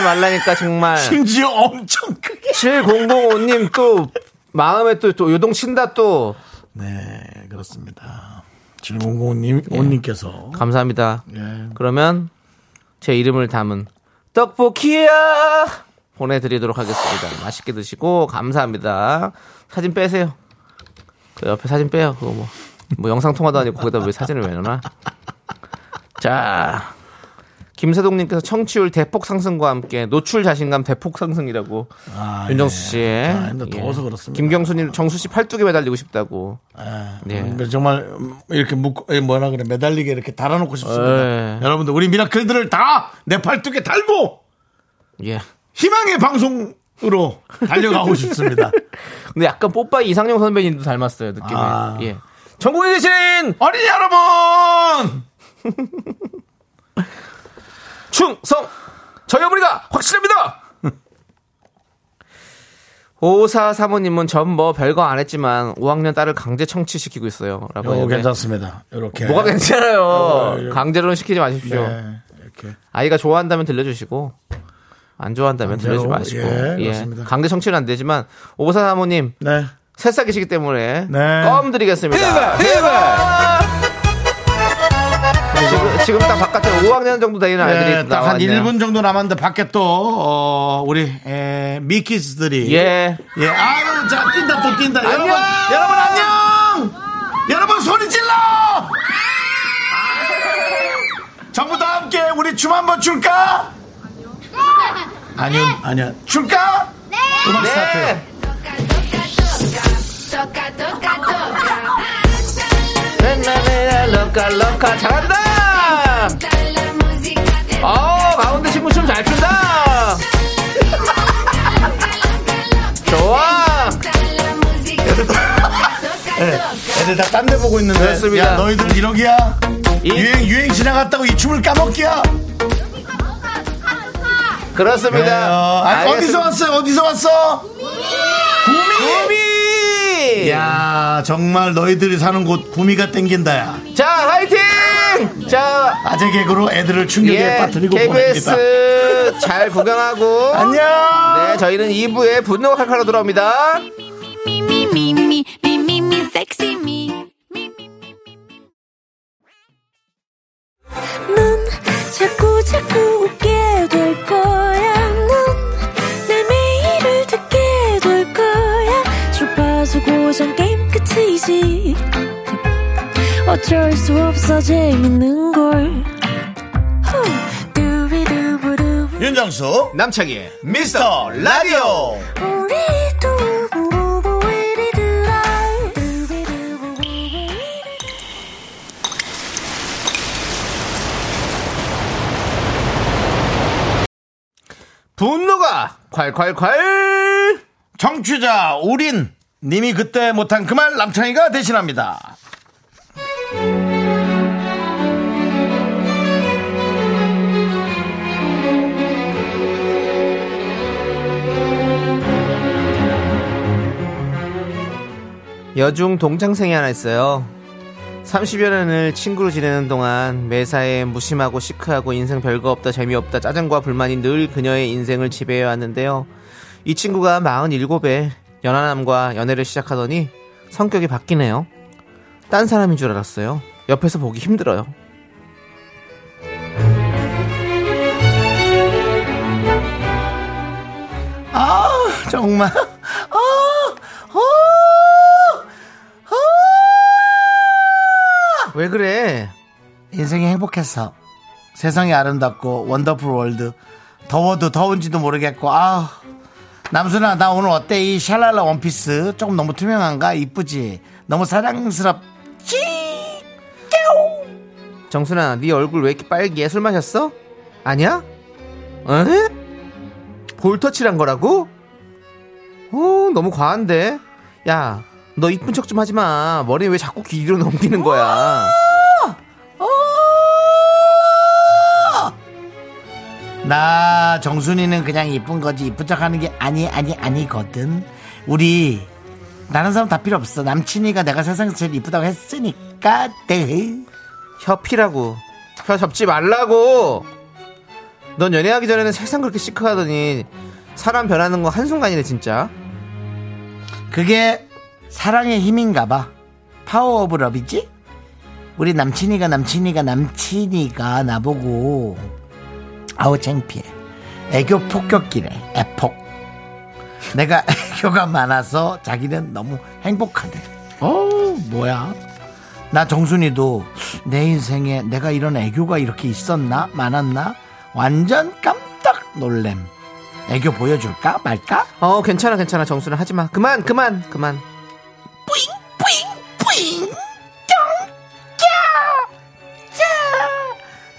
S2: 말라니까 정말.
S1: 심지어 엄청 크게
S2: 7005님 또 마음에 또, 또 요동친다 또.
S1: 네 그렇습니다. 지금 005님께서
S2: 감사합니다.
S1: 예.
S2: 그러면 제 이름을 담은 떡볶이야 보내드리도록 하겠습니다. 맛있게 드시고 감사합니다. 사진 빼세요. 그 옆에 사진 빼요. 그거 뭐, 뭐 영상 통화도 아니고 거기다 왜 사진을 왜 넣나? 자. 김세동님께서 청취율 대폭 상승과 함께 노출 자신감 대폭 상승이라고
S1: 아,
S2: 윤정수
S1: 예.
S2: 씨의 예.
S1: 아, 근데 더워서 그렇습니다.
S2: 김경수님 정수 씨 팔뚝에 매달리고 싶다고.
S1: 예.
S2: 예.
S1: 근데 정말 음, 이렇게 묶 예, 뭐라 그래 매달리게 이렇게 달아놓고 싶습니다.
S2: 예.
S1: 여러분들 우리 미라클들을 다 내 팔뚝에 달고
S2: 예.
S1: 희망의 방송으로 달려가고 싶습니다.
S2: 근데 약간 뽀빠이 이상용 선배님도 닮았어요 느낌이.
S1: 아.
S2: 예. 전국에 계신
S1: 어린이 여러분
S2: 충성 저희 어머니가 확실합니다. 오사 사모님은 전 뭐 별거 안 했지만 5학년 딸을 강제 청취시키고 있어요라고.
S1: 요거
S2: 했는데
S1: 괜찮습니다. 네. 어, 이렇게
S2: 네. 뭐가 괜찮아요.
S1: 요거, 요거.
S2: 강제로는 시키지 마십시오.
S1: 예, 이렇게
S2: 아이가 좋아한다면 들려주시고 안 좋아한다면
S1: 강제로,
S2: 들려주지 마시고.
S1: 예,
S2: 예.
S1: 그렇습니다.
S2: 강제 청취는 안 되지만 오사 사모님
S1: 네
S2: 새싹이시기 때문에
S1: 네.
S2: 껌 드리겠습니다. 지금, 지금 딱 바깥에 5학년 정도 되는 아이들이
S1: 네, 딱 한
S2: 나왔네요.
S1: 1분 정도 남았는데 밖에 또 어, 우리 에, 미키스들이
S2: 예.
S1: 예, 아유, 자, 뛴다, 또 뛴다. 여러분,
S2: 안녕!
S1: 여러분, 안녕! 여러분, 소리 질러! 전부 다 함께 우리 춤 한번 출까? 아니요. 아니요, 아니요. 출까? 네! 음악 스타트.
S2: 네. 맨날맨날 럭카 럭카 잘한다.
S3: 네.
S2: 어 가운데 친구 춤 잘 춘다. 좋아.
S3: 네.
S1: 애들 다 딴 데 보고 있는데.
S2: 그렇습니다.
S1: 야, 너희들 이러기야?
S2: 이-
S1: 유행, 유행 지나갔다고 이 춤을 까먹기야?
S2: 그렇습니다.
S1: 어, 아니, 어디서
S2: 알겠습니다.
S1: 왔어요? 어디서 왔어? 구미!
S2: 구미.
S1: 야, 정말 너희들이 사는 곳 구미가 땡긴다, 야.
S2: 자 화이팅. 자
S1: 아재 개그로 애들을 충격에
S2: 예,
S1: 빠뜨리고 보냅니다.
S2: KBS 잘 구경하고
S1: 안녕.
S2: 네, 저희는 2부에 분노가 칼칼로 돌아옵니다.
S5: me, me, me, me, me, me, sexy me. 넌 자꾸 자꾸 웃게 될 거야. 넌내 매일을 듣게 될 거야. 주파수 고정 게임 끝이지. 어쩔 수 없어 재밌는 걸. 후. 두비두부두부.
S1: 네. 윤정수
S2: 남창희의
S1: 미스터 라디오
S5: 우리 두부부부 우리들아. 두비두부부부 우리들아.
S2: 분노가 콸콸콸!
S1: 정취자 우린 님이 그때 못한 그 말 남창희가 대신합니다.
S2: 여중 동창생이 하나 있어요. 30여 년을 친구로 지내는 동안 매사에 무심하고 시크하고 인생 별거 없다 재미없다 짜증과 불만이 늘 그녀의 인생을 지배해 왔는데요. 이 친구가 47에 연하남과 연애를 시작하더니 성격이 바뀌네요. 딴 사람인 줄 알았어요. 옆에서 보기 힘들어요.
S1: 아 정말 아, 아,
S2: 왜 그래?
S1: 인생이 행복했어. 세상이 아름답고 원더풀 월드 더워도 더운지도 모르겠고 아 남순아 나 오늘 어때 이 샬랄라 원피스 조금 너무 투명한가 이쁘지 너무 사랑스럽지
S2: 정순아, 네 얼굴 왜 이렇게 빨개? 술 마셨어? 아니야? 에? 볼터치란 거라고? 오, 너무 과한데. 야, 너 이쁜 척 좀 하지 마. 머리 왜 자꾸 귀 뒤로 넘기는 거야?
S1: 나 정순이는 그냥 이쁜 거지 이쁜 척 하는 게 아니 아니 아니거든 우리 다른 사람 다 필요 없어 남친이가 내가 세상에서 제일 이쁘다고 했으니까 네.
S2: 협피라고. 혀 접지 말라고. 넌 연애하기 전에는 세상 그렇게 시크하더니 사람 변하는 거 한순간이네, 진짜.
S1: 그게 사랑의 힘인가 봐 파워 오브 러비지? 우리 남친이가 남친이가 남친이가 나보고 아우 창피해 애교 폭격기래 애폭 내가 애교가 많아서 자기는 너무 행복하대 어 뭐야 나 정순이도 내 인생에 내가 이런 애교가 이렇게 있었나 많았나 완전 깜짝 놀램 애교 보여줄까 말까
S2: 어 괜찮아 괜찮아 정수는 하지마 그만 그만 그만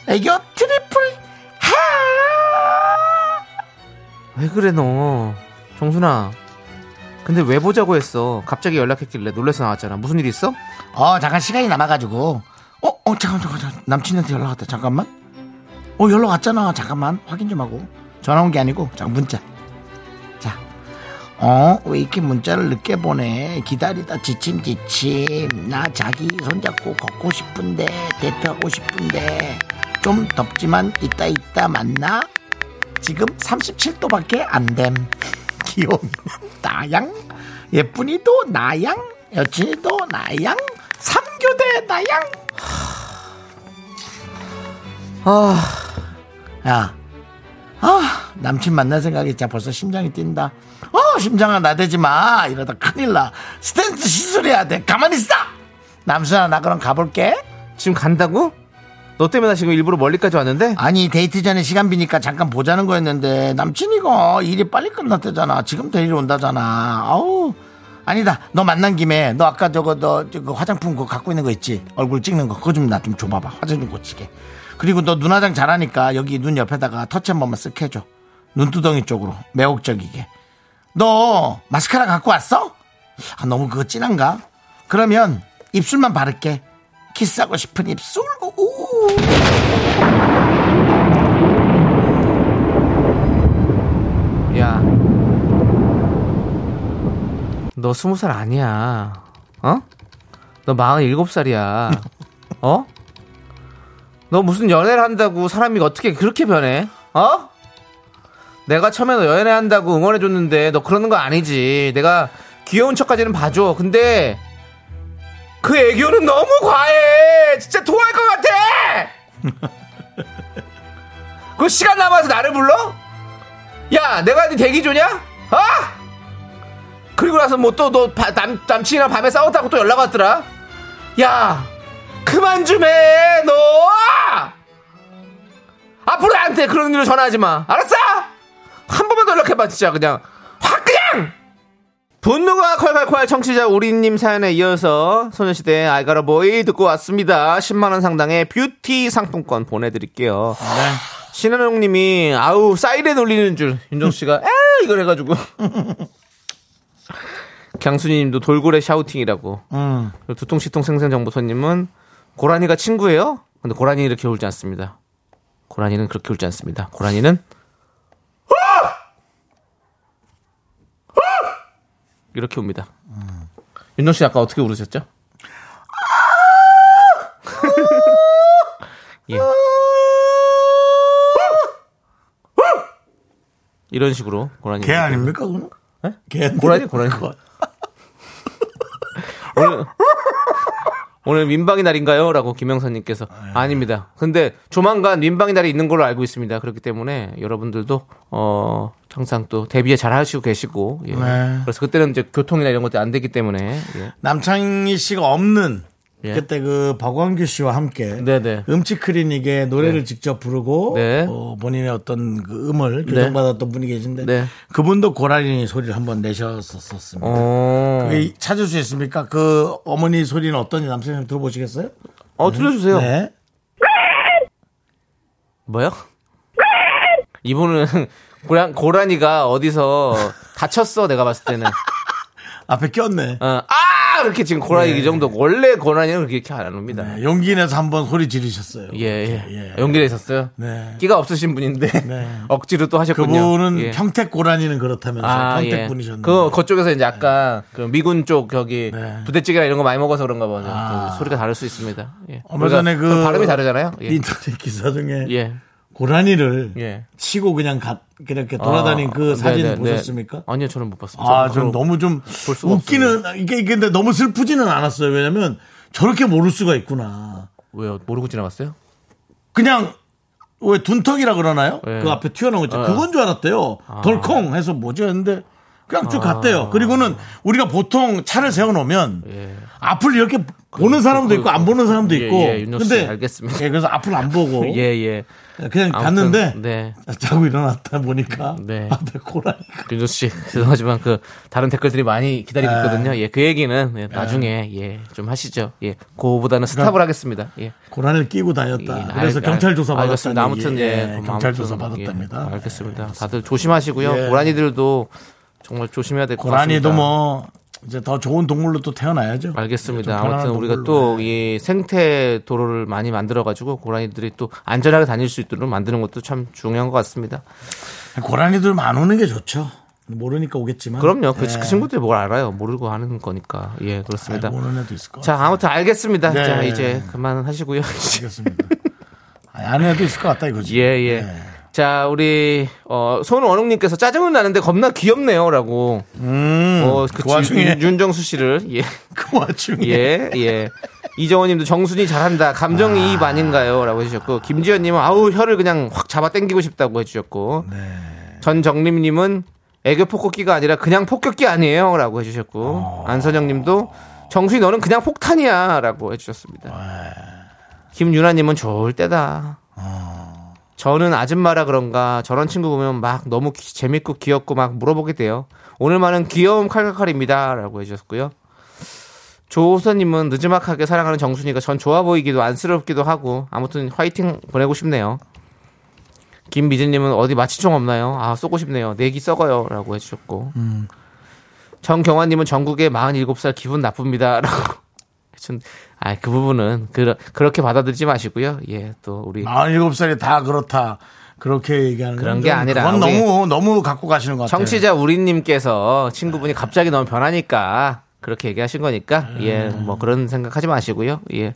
S1: 애교 트리플 하
S2: 왜 그래 너 정순아 근데 왜 보자고 했어 갑자기 연락했길래 놀래서 나왔잖아 무슨 일 있어?
S1: 어, 잠깐 시간이 남아가지고. 어, 어, 잠깐, 잠깐, 잠깐. 남친한테 연락 왔다. 잠깐만. 어, 연락 왔잖아. 잠깐만. 확인 좀 하고. 전화 온 게 아니고, 자, 문자. 자. 어, 왜 이렇게 문자를 늦게 보내? 기다리다 지침, 지침. 나 자기 손잡고 걷고 싶은데, 데이트하고 싶은데. 좀 덥지만 이따 이따 만나? 지금 37도밖에 안 됨. 귀여운 나양, 예쁜이도 나양, 여친이도 나양, 삼교대 나양. 아, 야, 아 남친 만날 생각이 진짜 벌써 심장이 뛴다. 어, 심장아 나대지 마. 이러다 큰일 나. 스탠스 시술해야 돼. 가만히 있어. 남순아 나 그럼 가볼게.
S2: 지금 간다고? 너 때문에 나 지금 일부러 멀리까지 왔는데?
S1: 아니 데이트 전에 시간 비니까 잠깐 보자는 거였는데 남친이가 일이 빨리 끝났대잖아 지금 데리러 온다잖아 아우 아니다 너 만난 김에 너 아까 저거 너 저거 화장품 그거 갖고 있는 거 있지 얼굴 찍는 거 그거 좀 나 좀 줘봐봐 화장 좀 고치게 그리고 너 눈화장 잘하니까 여기 눈 옆에다가 터치 한 번만 쓱 해줘 눈두덩이 쪽으로 매혹적이게 너 마스카라 갖고 왔어? 아 너무 그거 진한가? 그러면 입술만 바를게 키스하고 싶은 입술 우우.
S2: 야. 너 스무 살 아니야. 어? 너 마흔일곱 살이야. 어? 너 무슨 연애를 한다고 사람이 어떻게 그렇게 변해? 어? 내가 처음에 너 연애 한다고 응원해줬는데 너 그러는 거 아니지. 내가 귀여운 척까지는 봐줘. 근데 그 애교는 너무 과해. 진짜 토할 것 같아! 그 시간 남아서 나를 불러? 야, 내가 네 대기조냐? 어? 그리고 나서 뭐 또 너 남친이랑 밤에 싸웠다고 또 연락 왔더라. 야, 그만 좀 해, 너. 앞으로 나한테 그런 일로 전화하지 마. 알았어? 한 번만 더 연락해봐, 진짜 그냥 확 그냥. 분노가 콸콸콸 청취자 우리님 사연에 이어서 소녀시대 아이가라보이 듣고 왔습니다. 10만원 상당의 뷰티 상품권 보내드릴게요. 신한용 님이 아우 사이렌 울리는 줄 윤정 씨가 에 이걸 해가지고 강순이 님도 돌고래 샤우팅이라고 그리고 두통시통 생생정보소님은 고라니가 친구예요? 근데 고라니 이렇게 울지 않습니다 고라니는 그렇게 울지 않습니다 고라니는 이렇게 웁니다 윤정 씨 아까 어떻게 울으셨죠? 예. 이런 식으로 고라니
S1: 개 아닙니까 그는? 개
S2: 예. 고라니 고라니 오늘 오늘 민방위 날인가요?라고 김영선님께서
S1: 예.
S2: 아닙니다. 근데 조만간 민방위 날이 있는 걸로 알고 있습니다. 그렇기 때문에 여러분들도 어 항상 또 대비에 잘 하시고 계시고 예.
S1: 네.
S2: 그래서 그때는 이제 교통이나 이런 것도 안 되기 때문에 예.
S1: 남창희 씨가 없는
S2: 예.
S1: 그때 그 박광규 씨와 함께
S2: 네네.
S1: 음치 클리닉에 노래를 직접 부르고
S2: 네.
S1: 어, 본인의 어떤 그 음을 교정받았던 분이 계신데
S2: 네.
S1: 그분도 고라니 소리를 한번 내셨었습니다.
S2: 어,
S1: 그게 찾을 수 있습니까? 그 어머니 소리는 어떤지 남편님 들어보시겠어요?
S2: 어 들려주세요.
S1: 네.
S2: 뭐요? 이분은 고란 고라니가 어디서 다쳤어 내가 봤을 때는
S1: 앞에 꼈네.
S2: 어, 아 이렇게 지금 고라니
S1: 네.
S2: 이 정도 원래 고라니는 그렇게 안 옵니다.
S1: 용기 내서 한번 소리 지르셨어요.
S2: 예, 예.
S1: 예.
S2: 용기를 있었어요.
S1: 네.
S2: 끼가 없으신 분인데
S1: 네.
S2: 억지로 또 하셨군요.
S1: 그분은
S2: 예.
S1: 평택 고라니는 그렇다면서
S2: 아,
S1: 평택
S2: 예.
S1: 분이셨는데.
S2: 그 그쪽에서 이제 아까 그 미군 쪽 여기
S1: 네. 아.
S2: 부대찌개나 이런 거 많이 먹어서 그런가 봐요. 그 소리가 다를 수 있습니다. 예.
S1: 얼마 전에
S2: 우리가
S1: 그
S2: 발음이 다르잖아요. 예.
S1: 인터넷 기사 중에
S2: 예.
S1: 고라니를
S2: 예.
S1: 치고 그냥 가, 이렇게 돌아다닌
S2: 아,
S1: 그 사진
S2: 네네, 네.
S1: 보셨습니까?
S2: 아니요, 저는 못 봤습니다.
S1: 아, 좀
S2: 저는 그런-
S1: 너무 좀
S2: 수가
S1: 웃기는 이게 이게 근데 너무 슬프지는 않았어요. 왜냐면 저렇게 모를 수가 있구나.
S2: 왜요? 모르고 지나갔어요?
S1: 그냥 왜 둔턱이라 그러나요?
S2: 예. 아.
S1: 그 앞에 튀어나온 거 있죠. 그건 줄 알았대요. 덜컹 해서 뭐지 했는데 그냥 쭉 갔대요. 그리고는 우리가 보통 차를 세워놓으면
S2: 예. 그,
S1: 앞을 이렇게 보는 사람도 있고 안 보는 사람도
S2: 예,
S1: 있고.
S2: 예, 윤정수 씨, 알겠습니다.
S1: 예, 그래서 앞을 안 보고
S2: 예, 예.
S1: 그냥
S2: 아무튼,
S1: 갔는데
S2: 네.
S1: 자고 일어났다 보니까
S2: 네.
S1: 앞에 고라니.
S2: 윤조 씨 죄송하지만 그 다른 댓글들이 많이 기다리고
S1: 아.
S2: 있거든요. 예, 그 얘기는 예, 나중에 예 좀 하시죠. 예, 그거보다는 스탑을 하겠습니다. 예,
S1: 고라니를 끼고 다녔다.
S2: 예,
S1: 아, 그래서
S2: 알-
S1: 경찰 조사
S2: 알-
S1: 받았다는
S2: 알겠습니다. 아무튼
S1: 얘기.
S2: 예, 그럼
S1: 경찰
S2: 아무튼,
S1: 조사
S2: 예,
S1: 받았답니다.
S2: 알겠습니다. 다들 조심하시고요.
S1: 예.
S2: 고라니들도 정말 조심해야 될 것 같습니다.
S1: 고라니도 뭐 이제 더 좋은 동물로 또 태어나야죠.
S2: 알겠습니다.
S1: 좀 편안한
S2: 아무튼 우리가
S1: 동물로. 예.
S2: 또 이 생태 도로를 많이 만들어 가지고 고라니들이 또 안전하게 다닐 수 있도록 만드는 것도 참 중요한 것 같습니다.
S1: 고라니들 안 오는 게 좋죠. 모르니까 오겠지만.
S2: 그럼요. 그,
S1: 예.
S2: 그 친구들이 뭘 알아요. 모르고 하는 거니까. 예, 그렇습니다.
S1: 아, 모르는 애도 있을 것 같아요.
S2: 자, 아무튼 알겠습니다.
S1: 네.
S2: 자, 이제 그만 하시고요. 이제.
S1: 알겠습니다. 아니, 아는 애도 있을 것 같다 이거지.
S2: 예, 예.
S1: 네.
S2: 자, 우리 어, 손원웅님께서 짜증은 나는데 겁나 귀엽네요라고. 어, 그
S1: 그 와중에.
S2: 지- 윤정수 씨를 예,
S1: 그 와중에
S2: 예, 예. 이정원님도 정순이 잘한다. 감정이입 아닌가요?라고 해주셨고 김지현님은 아우 혀를 그냥 확 잡아 당기고 싶다고 해주셨고 전정림님은 애교 폭격기가 아니라 그냥 폭격기 아니에요라고 해주셨고 안선영님도 정순이 너는 그냥 폭탄이야라고 해주셨습니다. 네. 김윤아님은 좋을 때다. 어. 저는 아줌마라 그런가 저런 친구 보면 막 너무 기- 재밌고 귀엽고 막 물어보게 돼요. 오늘만은 귀여움 칼칼칼입니다라고 해주셨고요. 조호선님은 느지막하게 사랑하는 정순이가 전 좋아 보이기도 안쓰럽기도 하고 아무튼 화이팅 보내고 싶네요. 김미진님은 어디 마취총 없나요? 아 쏘고 싶네요. 내기 썩어요라고 해주셨고 정경환님은 전국의 47살 기분 나쁩니다라고. 아그 부분은 그, 그렇게 받아들이지 마시고요. 예 또 우리
S1: 47살이 다 그렇다. 그렇게 얘기하는
S2: 그런
S1: 건
S2: 게
S1: 좀-
S2: 아니라
S1: 그건
S2: 우리-
S1: 너무 너무 갖고 가시는 것 같아요.
S2: 청취자 우리님께서 친구분이 갑자기 너무 변하니까 그렇게 얘기하신 거니까 예 뭐 그런 생각하지 마시고요 예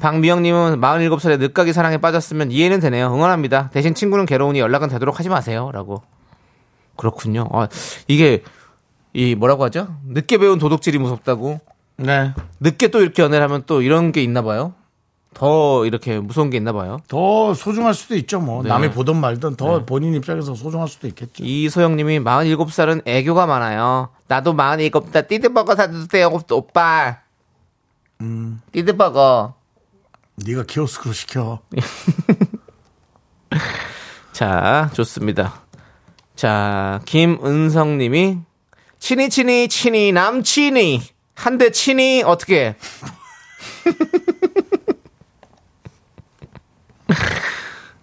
S2: 박미영님은 47살에 늦가기 사랑에 빠졌으면 이해는 되네요 응원합니다 대신 친구는 괴로우니 연락은 되도록 하지 마세요라고 그렇군요 아, 이게 이 뭐라고 하죠 늦게 배운 도둑질이 무섭다고
S1: 네.
S2: 늦게 또 이렇게 연애를 하면 또 이런 게 있나 봐요 더 이렇게 무서운 게 있나 봐요
S1: 더 소중할 수도 있죠. 뭐
S2: 네.
S1: 남이 보든 말든 더 본인 입장에서 소중할 수도 있겠죠.
S2: 이소영님이 47살은 애교가 많아요. 나도 47살 띠드버거 사주세요, 오- 오빠. 음. 띠드버거.
S1: 네가 키오스크로 시켜.
S2: 자, 좋습니다. 자, 김은성님이 친이 친이 친이 남친이 한 대 친이 어떻게?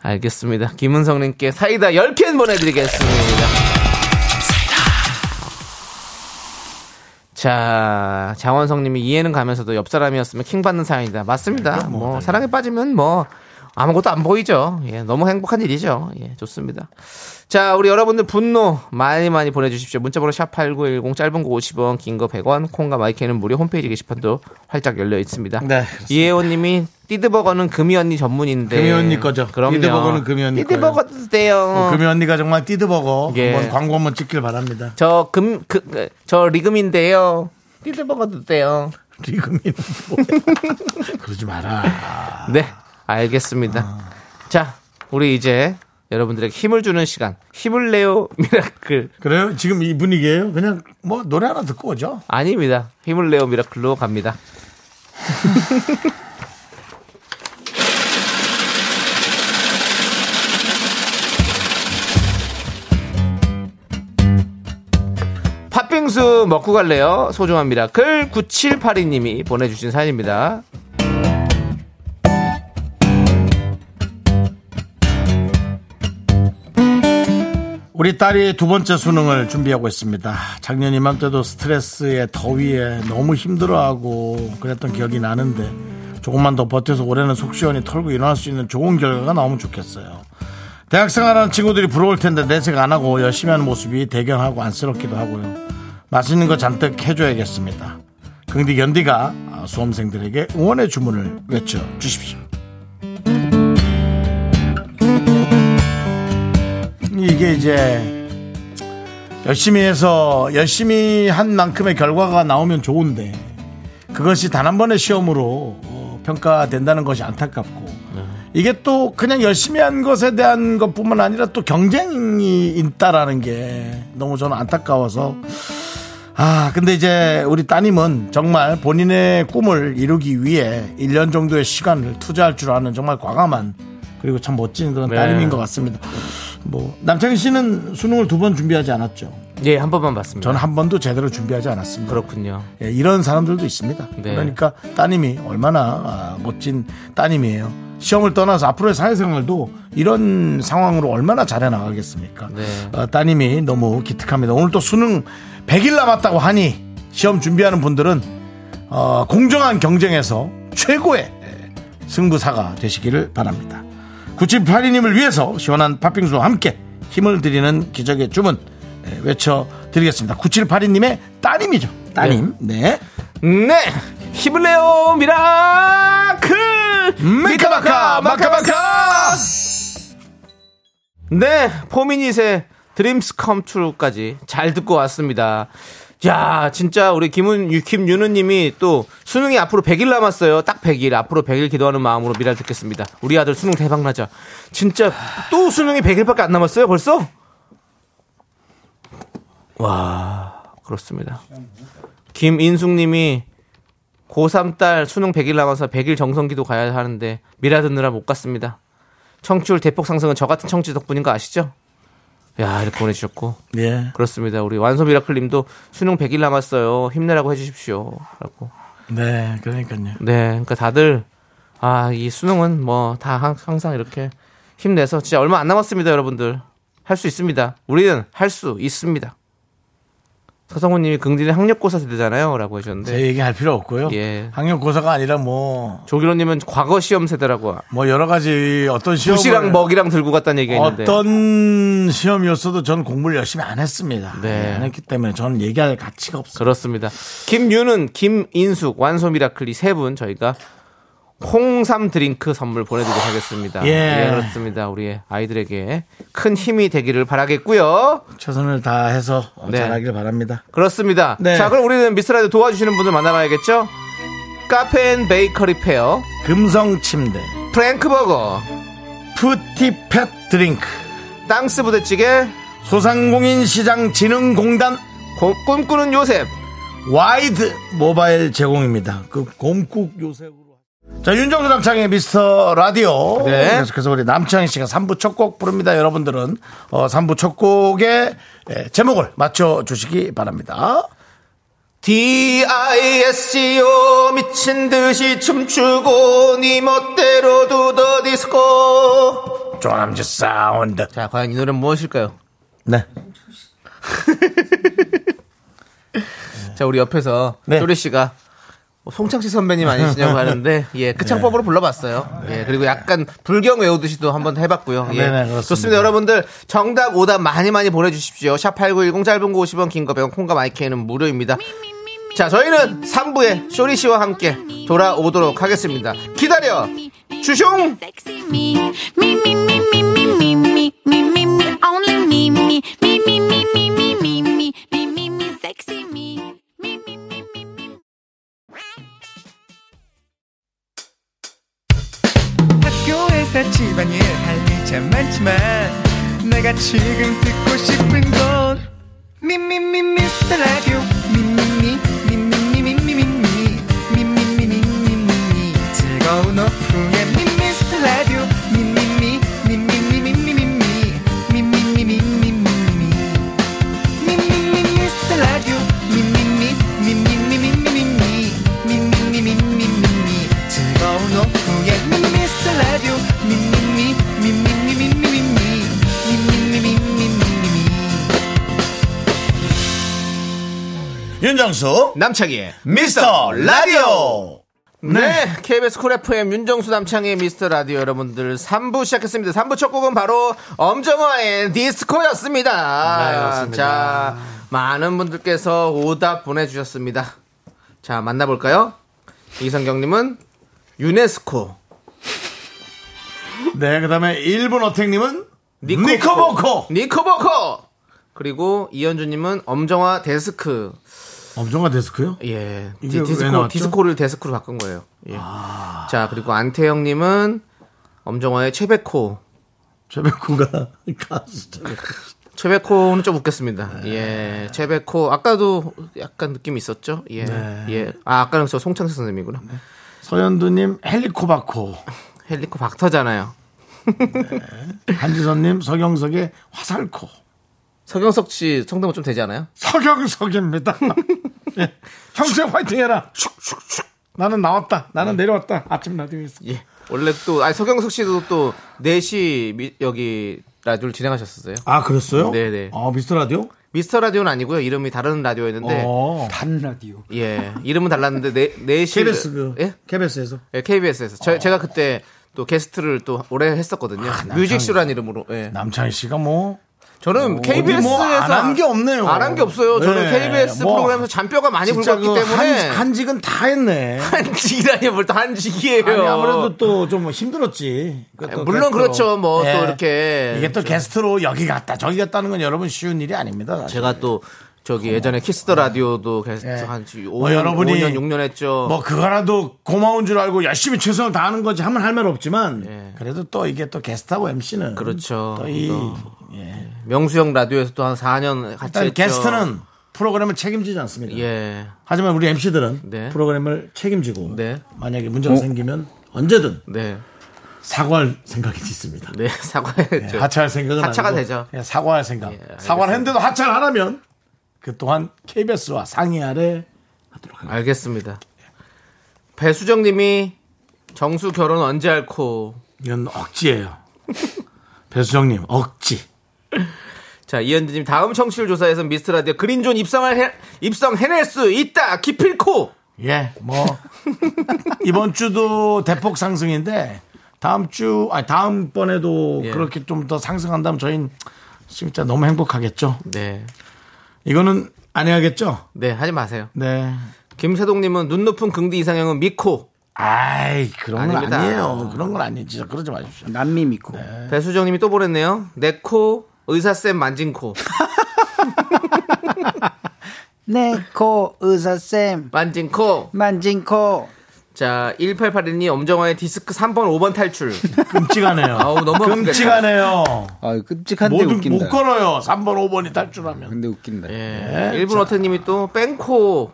S2: 알겠습니다. 김은성님께 사이다 10캔 보내드리겠습니다. 자, 장원성 님이 이해는 가면서도 옆 사람이었으면 킹 받는 사연이다. 맞습니다.
S1: 네,
S2: 뭐, 사랑에 빠지면 뭐, 아무것도 안 보이죠. 예, 너무 행복한 일이죠. 예, 좋습니다. 자, 우리 여러분들 분노 많이 많이 보내주십시오. 문자번호 샵8910, 짧은 거 50원, 긴 거 100원, 콩과 마이크는 무료 홈페이지 게시판도 활짝 열려 있습니다.
S1: 네, 그렇습니다.
S2: 이혜원 님이 띠드버거는 금이 언니 전문인데.
S1: 금이 언니 거죠.
S2: 네. 그럼요.
S1: 띠드버거는 금이 언니 어,
S2: 띠드버거도 돼요.
S1: 금이 언니가 정말 띠드버거
S2: 어. 예.
S1: 한번 광고 한번 찍길 바랍니다.
S2: 저 금, 그, 저 리금인데요. 띠드버거도 돼요.
S1: 네, 지금이 뭐야? 그러지 마라.
S2: 네, 알겠습니다.
S1: 아.
S2: 자, 우리 이제 여러분들에게 힘을 주는 시간. 힘을 내요, 미라클.
S1: 그래요? 지금 이 분위기예요? 그냥 뭐 노래 하나 듣고 오죠.
S2: 아닙니다. 힘을 내요, 미라클로 갑니다. 팥빙수 먹고 갈래요? 소중한 미라클 9782님이 보내주신 사연입니다.
S1: 우리 딸이 두 번째 수능을 준비하고 있습니다. 작년 이맘때도 스트레스에 더위에 너무 힘들어하고 그랬던 기억이 나는데 조금만 더 버텨서 올해는 속 시원히 털고 일어날 수 있는 좋은 결과가 나오면 좋겠어요. 대학생활하는 친구들이 부러울 텐데 내색 안 하고 열심히 하는 모습이 대견하고 안쓰럽기도 하고요. 맛있는 거 잔뜩 해줘야겠습니다. 긍디 견디가 수험생들에게 응원의 주문을 외쳐 주십시오. 이게 이제 열심히 해서 열심히 한 만큼의 결과가 나오면 좋은데 그것이 단 한 번의 시험으로 어, 평가된다는 것이 안타깝고
S2: 네.
S1: 이게 또 그냥 열심히 한 것에 대한 것뿐만 아니라 또 경쟁이 있다라는 게 너무 저는 안타까워서 아, 근데 이제 우리 따님은 정말 본인의 꿈을 이루기 위해 1년 정도의 시간을 투자할 줄 아는 정말 과감한 그리고 참 멋진
S2: 네.
S1: 그런 따님인 것 같습니다. 뭐 남창희 씨는 수능을 두 번 준비하지 않았죠.
S2: 예, 한 번만 봤습니다.
S1: 저는 한 번도 제대로 준비하지 않았습니다.
S2: 그렇군요.
S1: 예, 이런 사람들도 있습니다.
S2: 네.
S1: 그러니까 따님이 얼마나 아, 멋진 따님이에요. 시험을 떠나서 앞으로의 사회생활도 이런 상황으로 얼마나 잘해 나가겠습니까?
S2: 네.
S1: 어, 따님이 너무 기특합니다. 오늘 또 수능 100일 남았다고 하니 시험 준비하는 분들은 어, 공정한 경쟁에서 최고의 예, 승부사가 되시기를 바랍니다. 9782님을 위해서 시원한 팥빙수와 함께 힘을 드리는 기적의 주문 예, 외쳐드리겠습니다. 9782님의 따님이죠. 따님. 네.
S2: 네, 힘을 내요 미라클 미카마카 마카마카. 네, 포미닛의 드림스 컴 트루까지 잘 듣고 왔습니다. 야, 진짜 우리 김은 김윤우 님이 또 수능이 앞으로 100일 남았어요. 딱 100일. 앞으로 100일 기도하는 마음으로 미라 듣겠습니다. 우리 아들 수능 대박 나자. 진짜 또 수능이 100일밖에 안 남았어요. 벌써? 와, 그렇습니다. 김인숙 님이 고3 딸 수능 100일 남아서 100일 정성기도 가야 하는데 미라 듣느라 못 갔습니다. 청취율 대폭 상승은 저 같은 청취 덕분인 거 아시죠? 야, 이렇게 보내주셨고.
S1: 예.
S2: 그렇습니다. 우리 완소 미라클 님도 수능 100일 남았어요. 힘내라고 해주십시오. 라고.
S1: 네, 그러니까요.
S2: 네, 그러니까 다들, 아, 이 수능은 뭐 다 항상 이렇게 힘내서 진짜 얼마 안 남았습니다, 여러분들. 할 수 있습니다. 우리는 할 수 있습니다. 서성호 님이 긍디는 학력고사 세대잖아요. 라고 하셨는데.
S1: 제 얘기할 필요 없고요.
S2: 예.
S1: 학력고사가 아니라 뭐,
S2: 조기로님은 과거 시험 세대라고
S1: 뭐 여러 가지 어떤 시험.
S2: 도시랑 먹이랑 들고 갔다는 얘기가 뭐 있는데
S1: 어떤 시험이었어도 저는 공부를 열심히 안 했습니다. 예,
S2: 네.
S1: 안 했기 때문에 저는 얘기할 가치가 없어요.
S2: 그렇습니다. 김윤은, 김인숙, 완소미라클리 세 분 저희가 홍삼 드링크 선물 보내드리도록 하겠습니다.
S1: 예.
S2: 그렇습니다. 우리 아이들에게 큰 힘이 되기를 바라겠고요.
S1: 최선을 다해서
S2: 네.
S1: 잘하길 바랍니다.
S2: 그렇습니다.
S1: 네.
S2: 자, 그럼 우리는 미스라드 도와주시는 분들 만나봐야겠죠? 카페인 베이커리 페어,
S1: 금성 침대,
S2: 프랭크버거,
S1: 푸티팻 드링크,
S2: 땅스 부대찌개,
S1: 소상공인 시장 진흥공단
S2: 고- 꿈꾸는 요셉,
S1: 와이드 모바일 제공입니다. 그 곰국 요새으로. 자, 윤정수 남창의 미스터 라디오.
S2: 네.
S1: 계속해서 우리 남창희 씨가 3부 첫 곡 부릅니다. 여러분들은 어, 3부 첫 곡의 예, 제목을 맞춰주시기 바랍니다.
S2: D.I.S.C.O 미친 듯이 춤추고 네 멋대로 두더디스코
S1: 조남지 사운드.
S2: 자 과연 이 노래는 무엇일까요?
S1: 네.
S2: 자 우리 옆에서
S1: 네.
S2: 쪼리 씨가 뭐 송창식 선배님 아니시냐고 하는데 예
S1: 네.
S2: 끝창법으로 불러봤어요 예 그리고 약간 불경 외우듯이도 한번 해봤고요 예
S1: 네네, 그렇습니다.
S2: 좋습니다 여러분들 정답 오답 많이 많이 보내주십시오 샵 8910 짧은 거 50원 긴 거 100원 콩과 마이크에는 무료입니다 자 저희는 3부에 쪼리 씨와 함께 돌아오도록 하겠습니다 기다려 주숑
S5: Sexy me, me, me, me, me, me, me, me, me, me, me, only me, me, me, me, me, me, me, me, me, me, me, me, sexy me, me, me, me, me, me.
S6: 학교에서 집안일 할 일 참 많지만 내가 지금 듣고 싶은 건 미미미 미스터 라디오 미미미 미미미 미미미 미미미 미미미 즐거운 오후에 미스터 라디오 미미미 미미미 미미미 미미미 미미미
S1: 윤정수.
S2: 남창희의
S1: 미스터 라디오.
S2: 네. KBS 쿨 FM 윤정수 남창희의 미스터 라디오 여러분들 3부 시작했습니다. 3부 첫 곡은 바로 엄정화의
S1: 네,
S2: 디스코였습니다. 자, 많은 분들께서 오답 보내주셨습니다. 자, 만나볼까요? 이성경님은 유네스코.
S1: 네, 그 다음에 일본 어택님은
S2: 니코-
S1: 니커버커
S2: 니커버커 그리고 이현주님은 엄정화 데스크
S1: 엄정화 어, 데스크요?
S2: 예 디,
S1: 이게 왜
S2: 디스코
S1: 나왔죠? 아.
S2: 디스코를 데스크로 바꾼 거예요 예. 자 그리고 안태영님은 엄정화의 최백호
S1: 최백구가 가수
S2: 최백호는 좀 웃겼습니다. 예, 최백호 아까도 약간 느낌 이 있었죠. 예, 예. 아 아까는 저 송창수 선생님이구나.
S1: 서현두님 헬리코바코
S2: 헬리코 박터잖아요.
S1: 한지선님 서경석의 화살코
S2: 서경석 씨 성대모 좀 되지 않아요?
S1: 서경석입니다 예. 형수야 화이팅해라 나는 나왔다 나는 내려왔다 아침 라디오에 있어
S2: 예. 원래 또 아니 서경석 씨도 또 4시 미- 여기 라디오를 진행하셨었어요.
S1: 아 그랬어요?
S2: 네네.
S1: 아 미스터 라디오?
S2: 미스터 라디오는 아니고요. 이름이 다른 라디오였는데
S1: 어.
S2: 예, 이름은 달랐는데 네, 4시
S1: KBS 그
S2: 예?
S1: KBS에서
S2: 예, KBS에서 저, 제가 그때 또 게스트를 또 오래 했었거든요. 뮤직쇼란 이름으로. 예.
S1: 남창희 씨가 뭐
S2: 저는 KBS에서
S1: 뭐안한게 없네요.
S2: 안 한 게 없어요. 저는
S1: 네,
S2: KBS
S1: 뭐
S2: 프로그램에서 잔뼈가 많이
S1: 진짜
S2: 굵었기
S1: 그
S2: 때문에
S1: 한, 한직은 다 했네.
S2: 직이라니 벌써 한직이에요.
S1: 아니 아무래도 또 좀 힘들었지.
S2: 예, 물론 그렇죠. 뭐 또 이렇게
S1: 예. 이게 또 게스트로 여기 갔다 저기 갔다는 건 여러분 쉬운 일이 아닙니다. 사실.
S2: 제가 또 저기 예전에 키스 더 라디오도 계속
S1: 예.
S2: 한
S1: 네. 뭐
S2: 5년,
S1: 여러분이
S2: 5년, 6년 했죠.
S1: 뭐 그거라도 고마운 줄 알고 열심히 최선을 다하는 거지 하면 할 말 없지만
S2: 예.
S1: 그래도 또 이게 또 게스트하고 MC는
S2: 그렇죠.
S1: 또이
S2: 또 명수형 라디오에서 또 한 4년 같이
S1: 일단
S2: 했죠.
S1: 게스트는 프로그램을 책임지지 않습니다.
S2: 예.
S1: 하지만 우리 MC들은
S2: 네.
S1: 프로그램을 책임지고
S2: 네.
S1: 만약에 문제가 생기면 언제든
S2: 네.
S1: 사과할 생각이 있습니다.
S2: 네, 사과했죠.
S1: 하차할 생각은
S2: 하차가
S1: 아니고
S2: 되죠. 예,
S1: 그냥 사과할 생각. 사과를 했는데도 하차를 안 하면 그 또한 KBS와 상의 아래
S2: 알겠습니다. 배수정 님이 정수 결혼 언제 할코?
S1: 이건 억지예요. 배수정님 억지.
S2: 자, 이현주님 다음 청취율 조사에서 미스터 라디오 그린존 입성을 해, 입성해낼 수 있다. 기필코.
S1: 예, 뭐 이번 주도 대폭 상승인데 다음 주 아니 다음 번에도
S2: 예.
S1: 그렇게 좀 더 상승한다면 저희는 진짜 너무 행복하겠죠.
S2: 네.
S1: 이거는 안 해야겠죠.
S2: 네, 하지 마세요.
S1: 네.
S2: 김세동 님은 눈 높은 긍디 이상형은 미코.
S1: 아이 그런 건
S2: 아닙니다.
S1: 아니에요. 그런 건 아니지. 그러지 마십시오.
S7: 남미 믿고.
S1: 네.
S2: 배수정 님이 또 보냈네요. 내 코, 의사쌤 만진 코.
S7: 내코 의사쌤
S2: 만진 코.
S7: 만진 코.
S2: 자, 1881님 엄정화의 디스크 3번, 5번 탈출.
S1: 끔찍하네요.
S2: 아우, 너무 아프겠다.
S1: 끔찍하네요.
S7: 아 끔찍한데
S1: 모두
S7: 웃긴다.
S1: 못 걸어요. 3번, 5번이 탈출하면.
S7: 근데 웃긴다.
S2: 예. 일본 어태님이 또 뺑코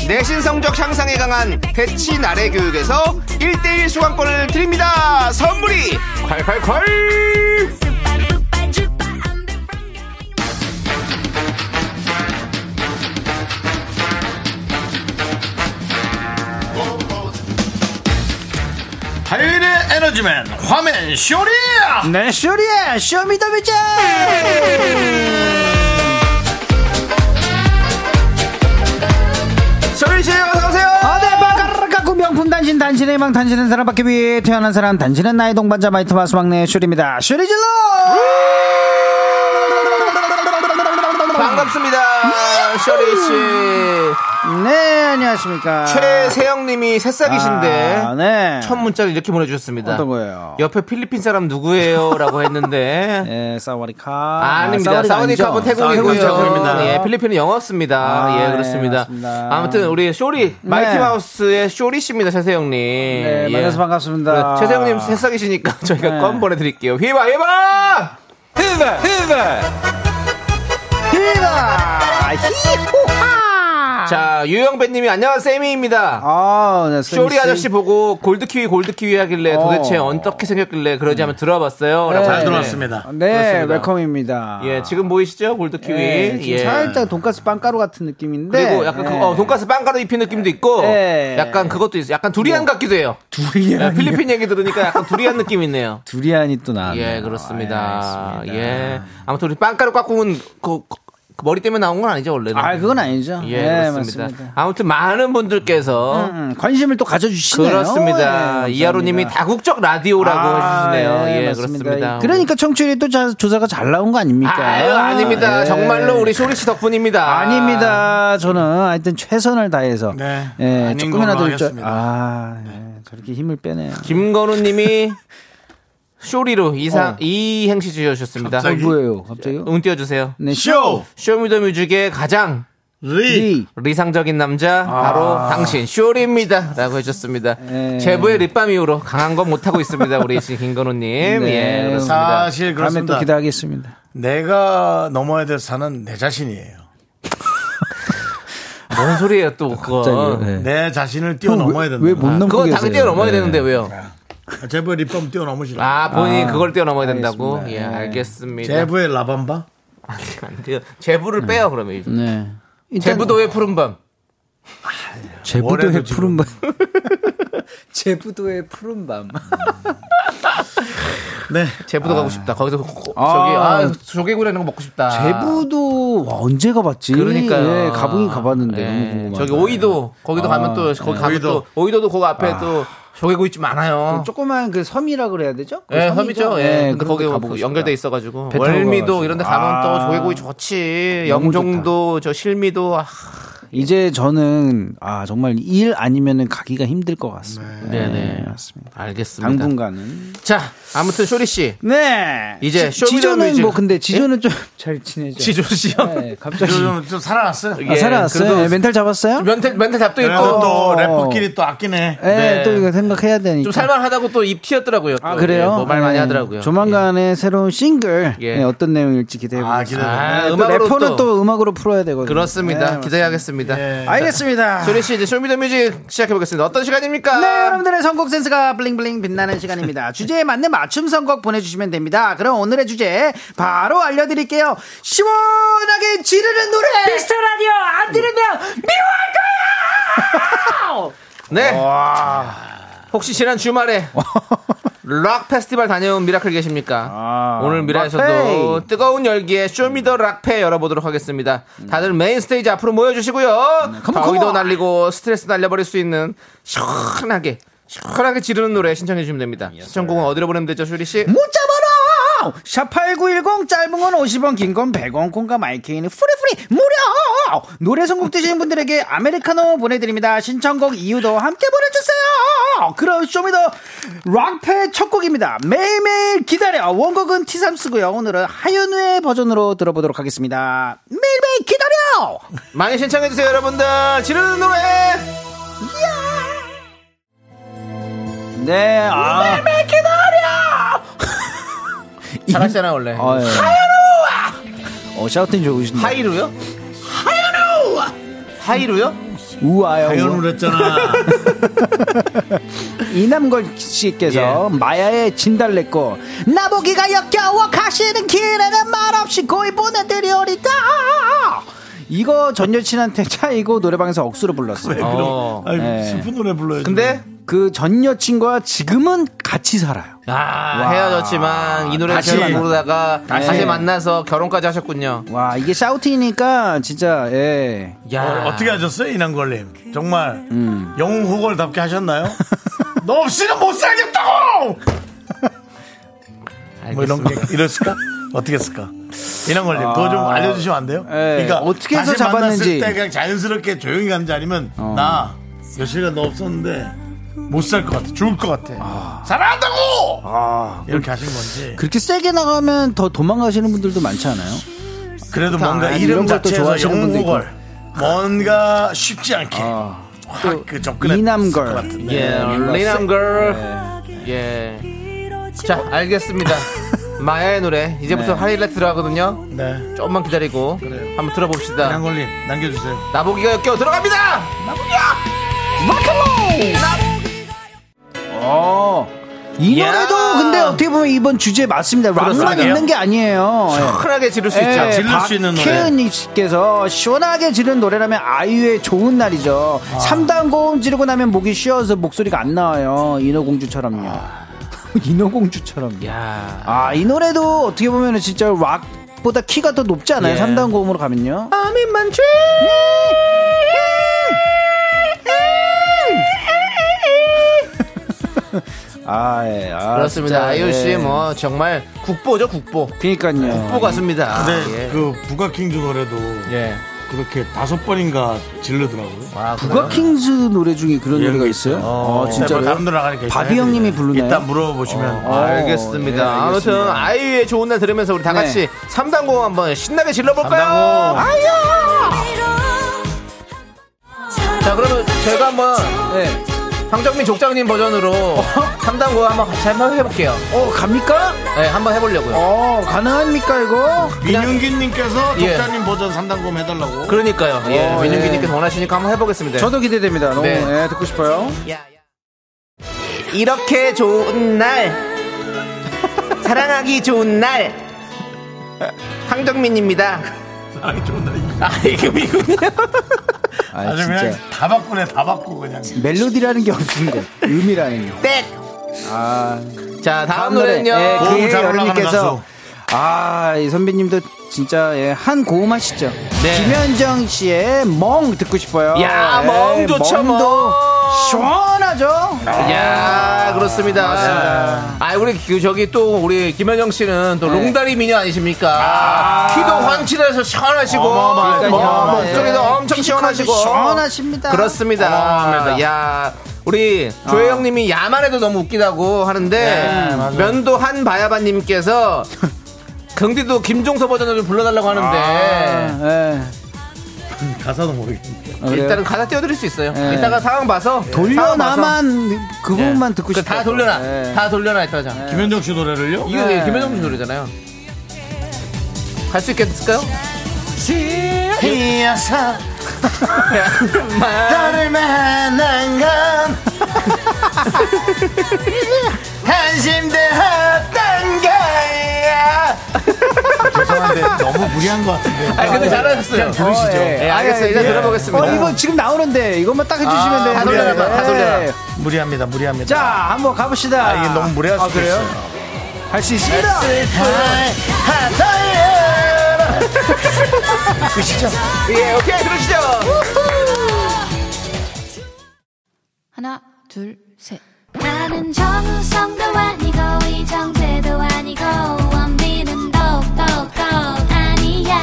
S2: 내신 성적 향상에 강한 대치 나래 교육에서 1대1 수강권을 드립니다 선물이 콸콸콸
S1: 화요일의 에너지맨 화면 쇼리
S7: 네, 쇼리의 쇼미더뮤직!
S2: 서울 씨에 어서 오세요
S7: 어대 바가르가구 명품 단신 단신의 망 단신은 사람밖에 위해 태어난 사람 단신은 나의 동반자 마이트 마스 막내 쇼리입니다. 쇼리 질러!
S2: 반갑습니다 쇼리 씨
S7: 네, 안녕하십니까.
S2: 아. 최세영님이 새싹이신데
S7: 아, 네.
S2: 첫 문자를 이렇게 보내주셨습니다.
S7: 어떤 거예요?
S2: 옆에 필리핀 사람 누구예요?라고 했는데
S7: 예, 사와리카.
S2: 아, 닙니다 사우디카본 태국이고요.
S7: 태국입니다.
S2: 예, 필리핀은 영어입니다.
S7: 아,
S2: 예,
S7: 예,
S2: 그렇습니다.
S7: 맞습니다.
S2: 아무튼 우리 쇼리 마이티마우스의 쇼리 씨입니다, 최세영님.
S7: 네,
S2: 예.
S7: 만나서 반갑습니다.
S2: 최세영님 새싹이시니까 저희가
S7: 네.
S2: 껌 보내드릴게요. 휘바 휘바.
S7: 히바, 히바! 아, 히바! 히호하!
S2: 자, 유영배님이 안녕하세요, 세미입니다.
S7: 아, 네, 쌤,
S2: 쇼리
S7: 쌤.
S2: 아저씨 보고 골드키위 골드키위 하길래 도대체
S7: 어.
S2: 어떻게 생겼길래 그러지 하면 들어봤어요. 라고
S7: 잘
S2: 하시네.
S1: 들어왔습니다.
S7: 네,
S2: 그렇습니다.
S7: 웰컴입니다.
S2: 예, 지금 보이시죠? 골드키위.
S7: 예, 지금
S2: 예.
S7: 살짝 돈가스 빵가루 같은 느낌인데.
S2: 그리고 약간 그,
S7: 예.
S2: 어, 돈가스 빵가루 입힌 느낌도 있고
S7: 예.
S2: 약간 그것도 있어요. 약간 두리안 같기도 해요.
S7: 두리안.
S2: 예, 필리핀 얘기 들으니까 약간 두리안 느낌 있네요.
S7: 두리안이 또 아, 나왔네. 아,
S2: 예, 그렇습니다. 예. 아무튼 우리 빵가루 꽉꿍은 그, 그 머리 때문에 나온 건 아니죠, 원래는.
S7: 아, 그건 아니죠.
S2: 예,
S7: 맞습니다.
S2: 그렇습니다. 아무튼 많은 분들께서
S7: 음, 관심을 또 가져주시네요.
S2: 그렇습니다.
S7: 예,
S2: 이하로님이
S7: 감사합니다.
S2: 다국적 라디오라고
S7: 아,
S2: 해주시네요. 예,
S7: 맞습니다.
S2: 그렇습니다.
S7: 그러니까 청취율이 또 자- 조사가 잘 나온 거 아닙니까?
S2: 아유, 아닙니다.
S7: 예.
S2: 정말로 우리 쇼리 씨 덕분입니다.
S7: 아닙니다. 저는 하여튼 최선을 다해서
S1: 네,
S7: 예,
S1: 아닌 걸로
S7: 조금이라도 저,
S1: 하겠습니다.
S7: 아
S2: 네.
S7: 예, 저렇게 힘을 빼네요.
S2: 김건우님이 쇼리로 이상
S7: 어.
S2: 이 행시 주셨습니다.
S7: 어, 뭐예요? 갑자기?
S2: 응 띄워주세요.
S7: 네,
S2: 쇼미더뮤직의 가장 예,
S1: 쇼리
S7: 리.
S2: 리상적인 남자 바로 당신 쇼리입니다라고 해줬습니다.
S7: 아. 예.
S2: 제부의 립밤 이후로 강한 건 못하고 있습니다. 우리 씨 김건우님
S7: 네.
S2: 예 그렇습니다.
S1: 사실
S7: 다음에 또
S1: 그렇습니다.
S7: 기대하겠습니다.
S1: 내가 넘어야 될 산은 내 자신이에요.
S2: 뭔 소리예요 또 그거?
S7: 갑자기, 예.
S1: 내 자신을 뛰어넘어야 된다. 아,
S7: 왜못 뭐- 넘고
S2: 아, 그거
S7: 계세요?
S2: 당연히 넘어야
S7: 예.
S2: 되는데 왜요?
S1: 제발 립밤 뛰어넘으시라.
S2: 아 본인이 그걸 뛰어넘어야 된다고?
S7: 알겠습니다.
S2: 예
S7: 예.
S2: 알겠습니다.
S1: 제부의 라밤바?
S2: 안 돼요. 제부를 빼요 그러면.
S7: 네. 일단
S2: 제부도의 푸른밤.
S1: 올해도 지금.
S7: 제부도의 푸른 밤. 제부도의 푸른 밤.
S1: 네.
S2: 제부도 가고 싶다. 거기서 고-
S7: 아.
S2: 저기 아 조개구이 하는 거 먹고 싶다.
S7: 제부도 와, 언제 가봤지?
S2: 아. 그러니까요.
S7: 예, 가보긴 가봤는데
S2: 예,
S7: 너무 궁금하다. 아, 네.
S2: 저기 오이도 거기도 가면 또 거기 가면
S1: 오이도.
S2: 또 오이도도 거기 앞에 또 조개구이집 많아요.
S7: 조그만 그 섬이라 그래야 되죠? 그
S2: 예, 섬이죠. 예. 근데
S7: 그런
S2: 거기
S7: 데
S2: 뭐
S7: 가보고 싶다.
S2: 연결돼 있어가지고
S7: 배 타고
S2: 월미도
S7: 가가지고.
S2: 이런 데 가면
S7: 아.
S2: 또 조개구이 좋지.
S7: 너무
S2: 영종도 저 실미도 아,
S7: 이제 저는 아 정말 일 아니면은 가기가 힘들 것 같습니다.
S2: 네, 네.
S7: 맞습니다.
S2: 알겠습니다.
S7: 당분간은
S2: 자 아무튼 쇼리 씨
S7: 네
S2: 이제
S7: 지-
S2: 쇼미더뮤직.
S7: 지조는 뭐 근데 지조는 좀 잘 지내죠.
S2: 지조 씨 형.
S7: 네, 갑자기
S1: 요즘 좀 살아났어요.
S7: 아, 살아났어요.
S2: 그래도
S7: 예, 멘탈 잡았어요?
S2: 멘탈 멘탈 잡도
S1: 그래서
S2: 있고
S1: 또 래퍼끼리 또 아끼네.
S7: 예, 또 이거 생각해야 되니까.
S2: 좀 살만하다고 또 입 튀었더라고요. 또.
S7: 아 그래요?
S2: 예, 뭐말 많이
S7: 네.
S2: 하더라고요.
S7: 조만간에 새로운 싱글
S2: 예.
S7: 네, 어떤 내용일지 기대해
S1: 아,
S7: 보겠습니다.
S1: 기대되네.
S2: 아,
S7: 또
S2: 음악으로
S7: 래퍼는 또,
S2: 또.
S7: 음악으로 풀어야 되거든요.
S2: 예. 그렇습니다.
S7: 네,
S2: 기대하겠습니다.
S1: 예.
S7: 알겠습니다.
S2: 조리 씨 이제 쇼미더뮤직 시작해 보겠습니다. 어떤 시간입니까?
S7: 네, 여러분들의 선곡 센스가 블링블링 빛나는 시간입니다. 주제에 맞는 맞춤 선곡 보내주시면 됩니다. 그럼 오늘의 주제 바로 알려드릴게요. 시원하게 지르는 노래! 미스터 라디오 안 들으면 미워할 거야!
S2: 네. 혹시 지난 주말에 락 페스티벌 다녀온 미라클 계십니까? 오늘 미라에서도
S7: 락페이.
S2: 뜨거운 열기에 쇼미더 락페 열어보도록 하겠습니다. 다들 메인 스테이지 앞으로 모여주시고요.
S7: 컴온,
S2: 더위도
S7: 컴온.
S2: 날리고 스트레스 날려버릴 수 있는 시원하게 시원하게 지르는 노래 신청해 주시면 됩니다. 신청곡은 어디로 보내면 되죠, 쇼리 씨?
S7: 문자 번호! 샵8910 짧은 건 50원, 긴 건 100원, 콩과 마이케이는 프리프리 무료! 노래 선곡 되시는 분들에게 아메리카노 보내드립니다. 신청곡 이유도 함께 보내주세요! 그럼 쇼미더 락패 첫 곡입니다. 매일매일 기다려! 원곡은 T3 쓰고요. 오늘은 하윤우의 버전으로 들어보도록 하겠습니다. 매일매일 기다려!
S2: 많이 신청해 주세요, 여러분들. 지르는 노래.
S7: 네, 아. 매일매일 기다려!
S2: 잘하시잖아요 원래.
S7: 어, 예. 어, 샤우팅 좋으신데.
S2: 하이루요? 하이루요?
S7: 우아요. 우아.
S1: 하연을 했잖아.
S7: 이남걸 씨께서
S2: 예.
S7: 마야의 진달래꽃 나보기가 역겨워 가시는 길에는 말없이 고이 보내드리오리다 이거 전 여친한테 차이고 노래방에서 억수로 불렀어요
S2: 하이루요?
S1: 아이,
S7: 네.
S1: 슬픈 노래 불러야지.
S2: 근데
S7: 그 전 여친과 지금은 같이 살아요
S2: 아, 헤어졌지만 이 노래
S7: 다시
S2: 잘
S7: 만나-
S2: 모르다가 다시.
S7: 다시
S2: 만나서 결혼까지 하셨군요.
S7: 와 이게 샤우팅이니까 진짜 예
S2: 야
S1: 어, 어떻게 하셨어요, 이난걸님? 정말 영웅 호걸답게 하셨나요? 너 없이는 못 살겠다고! 뭐 이런 거 이랬을까? 어떻게 했을까? 이난걸님 그거 좀 알려주시면 안 돼요? 그러니까
S7: 예, 어떻게 해서
S1: 다시
S7: 잡았는지.
S1: 만났을 때 그냥 자연스럽게 조용히 간지 아니면 나 여실가 너 없었는데 못 살 것 같아, 죽을 것 같아. 사랑한다고! 이렇게 하신 건지.
S7: 그렇게 세게 나가면 더 도망가시는 분들도 많지 않아요?
S1: 그래도
S7: 그렇다.
S1: 뭔가
S7: 아, 이런
S1: 이름
S7: 걸또
S1: 자체에서
S7: 좋아하시는 분도 있고. 어.
S1: 영웅호걸 뭔가 쉽지 않게 확 그 접근했을
S7: 이남걸.
S1: 것 같은데
S2: 예, 리남걸. 예. 자, 알겠습니다. 마야의 노래 이제부터 하이라이트 들어가거든요.
S1: 네.
S2: 조금만 기다리고
S1: 그래요.
S2: 한번 들어봅시다.
S1: 이남걸님 남겨주세요
S2: 나보기가 껴 들어갑니다.
S7: 어. 이
S2: 야.
S7: 노래도 근데 어떻게 보면 이번 주제에 맞습니다. 락만
S2: 그렇습니다.
S7: 있는 게 아니에요. 예.
S2: 편하게 지를 수 있죠.
S7: 예,
S1: 질릴 수 있는 노래.
S7: 박혜은 씨께서 시원하게 지른 노래라면 아이유의 좋은 날이죠.
S2: 아.
S7: 삼단 고음 지르고 나면 목이 쉬어서 목소리가 안 나와요. 인어공주처럼요.
S2: 아.
S7: 인어공주처럼요.
S2: 야.
S7: 아, 이 노래도 어떻게 보면 은 진짜 락보다 키가 더 높지 않아요?
S2: 예.
S7: 삼단 고음으로 가면요. 아, 예. 아,
S2: 그렇습니다.
S7: 진짜,
S2: 아이유
S7: 예. 아,
S2: 씨뭐 네. 정말 국보죠, 국보. 국보
S7: 그니까요.
S2: 같습니다.
S1: 근데
S2: 예.
S1: 그 부가킹즈 노래도
S2: 예.
S1: 그렇게 다섯 번인가 질르더라고요
S2: 아, 그래요?
S7: 부가킹즈 노래 중에
S2: 예.
S7: 그런 노래가 있어요? 아,
S1: 뭐 다른 노래
S7: 진짜요?
S1: 나가니까
S7: 바비
S1: 있잖아요.
S7: 형님이 부르나요?
S1: 일단 물어보시면
S7: 어.
S2: 뭐- 알겠습니다.
S7: 예, 알겠습니다.
S2: 아무튼 아이유의 좋은 날 들으면서 우리 다 같이 삼단공 한번 신나게 질러볼까요?
S1: 삼단공.
S2: 아이야!
S3: 네.
S2: 자, 그러면 제가 한번
S7: 네.
S2: 황정민 족장님 버전으로 삼단공 한번 같이 한번 해볼게요.
S7: 어, 갑니까?
S2: 네, 한번 해보려고요.
S7: 어, 가능합니까, 이거?
S1: 민윤기님께서
S2: 예.
S1: 독자님 버전 산단검 해달라고
S2: 그러니까요. 예,
S7: 어,
S2: 민윤기님께서 원하시니까 한번 해보겠습니다.
S7: 저도 기대됩니다. 너무
S2: 네.
S7: 예, 듣고 싶어요.
S2: 이렇게 좋은 날 사랑하기 좋은 날 황정민입니다.
S1: 아니 좋은 날 이거.
S2: 아 이게 미군요?
S7: 아,
S1: 아주
S7: 진짜
S1: 그냥 다 바꾸네 다 바꾸 그냥
S7: 멜로디라는 게 없는데 음이라는 게.
S2: 땡.
S7: 아,
S2: 자 네. 다음,
S7: 다음
S2: 노래는요.
S7: 예,
S1: 고음
S7: 그의
S1: 잘 올라가는
S7: 여름님께서
S1: 가수.
S7: 아, 이 선배님도 진짜 예, 한 고음 하시죠.
S2: 네.
S7: 김현정 씨의 멍 듣고 싶어요.
S2: 그-
S7: 예,
S2: 야, 네. 멍 좋죠,
S7: 멍도
S2: 멍. 아.
S7: 시원하죠.
S2: 야 그렇습니다. 아, 우리 그 저기 또 우리 김현정 씨는 또
S7: 네.
S2: 롱다리 미녀 아니십니까? 키도 황칠해서 시원하시고
S7: 어마어마하니까요.
S2: 뭐, 뭐, 목소리도
S7: 예.
S2: 엄청 시원하시고
S7: 시원하십니다.
S2: 그렇습니다. 야 우리
S7: 어.
S2: 조혜영님이 야만해도 너무 웃기다고 하는데
S7: 네,
S2: 면도 한 바야바님께서 경디도 김종서 버전을 좀 불러달라고 하는데
S7: 예.
S1: 가사도 모르겠는데
S7: 아, 그래요?
S2: 일단은 가사 띄워드릴 수 있어요.
S7: 예.
S2: 이따가 상황 봐서 상황 봐서.
S7: 돌려놔만 그
S2: 예.
S7: 부분만 듣고
S2: 그거
S7: 싶어요.
S2: 다 돌려놔.
S7: 예.
S2: 다 돌려놔 이따 하자.
S1: 김현정 씨 노래를요?
S2: 이거
S7: 네.
S2: 김현정 씨 노래잖아요. 갈 수 있겠을까요?
S1: 희야사 너를 만난 건 한심되었던 거야 죄송한데 너무 무리한 것 같은데
S2: 아 근데 잘하셨어요.
S1: 들으시죠
S7: 어, 예.
S2: 예, 알겠어요. 일단 들어보겠습니다.
S7: 어, 이거 지금 나오는데 이것만 딱 해주시면
S2: 아,
S7: 돼요.
S2: 다 돌려놔, 다 돌려놔.
S7: 예.
S1: 무리합니다 무리합니다
S7: 자, 한번 가봅시다.
S1: 아, 이게 너무 무례할 수도 있어요
S7: 할 수 있습니다.
S1: 그시죠
S2: 예, 오케이 들으시죠.
S5: 하나, 둘, 셋.
S3: 나는 정우성도 아니고 이정재도 아니고 원빈은 더욱더 아니야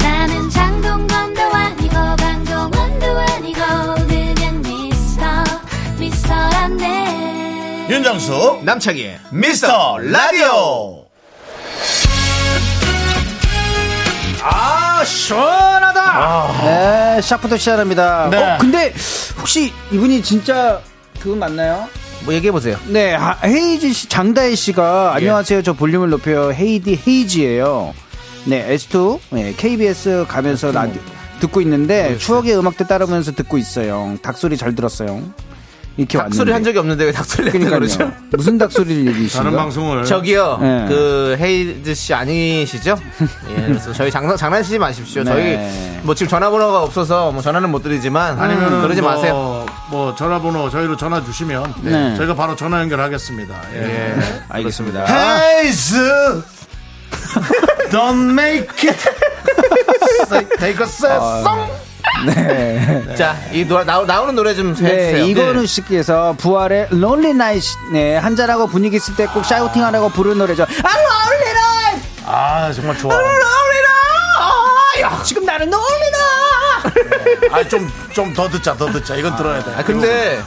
S3: 나는 장동건도 아니고 방종원도 아니고 그냥 미스터 미스터란데
S1: 윤정수
S2: 남창희.
S1: 미스터 라디오
S7: 아, 시원하다.
S2: 아.
S7: 네, 샤프터 시작합니다.
S1: 네.
S7: 어, 근데 혹시 이분이 진짜 그분 맞나요?
S2: 뭐 얘기해 보세요.
S7: 네, 아, 헤이지 씨, 장다혜 씨가
S2: 예.
S7: 안녕하세요. 저 볼륨을 높여요. 헤이디 헤이지예요. 네, S2 네, KBS 가면서 라디오 듣고 있는데 추억의 음악도 따르면서 듣고 있어요. 닭소리 잘 들었어요. 이렇게
S2: 닭소리
S7: 왔는데.
S2: 한 적이 없는데 왜 닭소리 냈다
S7: 그러니까요.
S2: 그러죠?
S7: 무슨 닭소리를
S1: 다른
S7: 얘기하시는
S1: 방송을
S2: 저기요,
S7: 네.
S2: 그 헤이즈 씨 아니시죠? 예, 그래서 저희 장난 장난치지 마십시오.
S7: 네.
S2: 저희 뭐 지금 전화번호가 없어서 뭐 전화는 못
S7: 음.
S2: 드리지만 음,
S1: 아니면
S2: 그러지 마세요.
S1: 뭐 전화번호 저희로 전화 주시면
S7: 네.
S1: 저희가 바로 전화 연결하겠습니다. 예.
S2: 알겠습니다.
S1: 헤이즈 Don't make it Take a sad song
S2: 자, 이 노래 나오, 나오는 노래 좀 해주세요.
S7: 네, 이건우 씨께서 부활의 론리 나이 네, 한잔하고 분위기 있을 때 꼭 샤우팅하라고 부르는 노래죠. 아, 론리 나이!
S1: 아 정말 좋아.
S7: 롤리라! 지금 나는 롤리라!
S1: 아 좀 좀 더 듣자 더 듣자 이건 들어야 돼.
S2: 아, 근데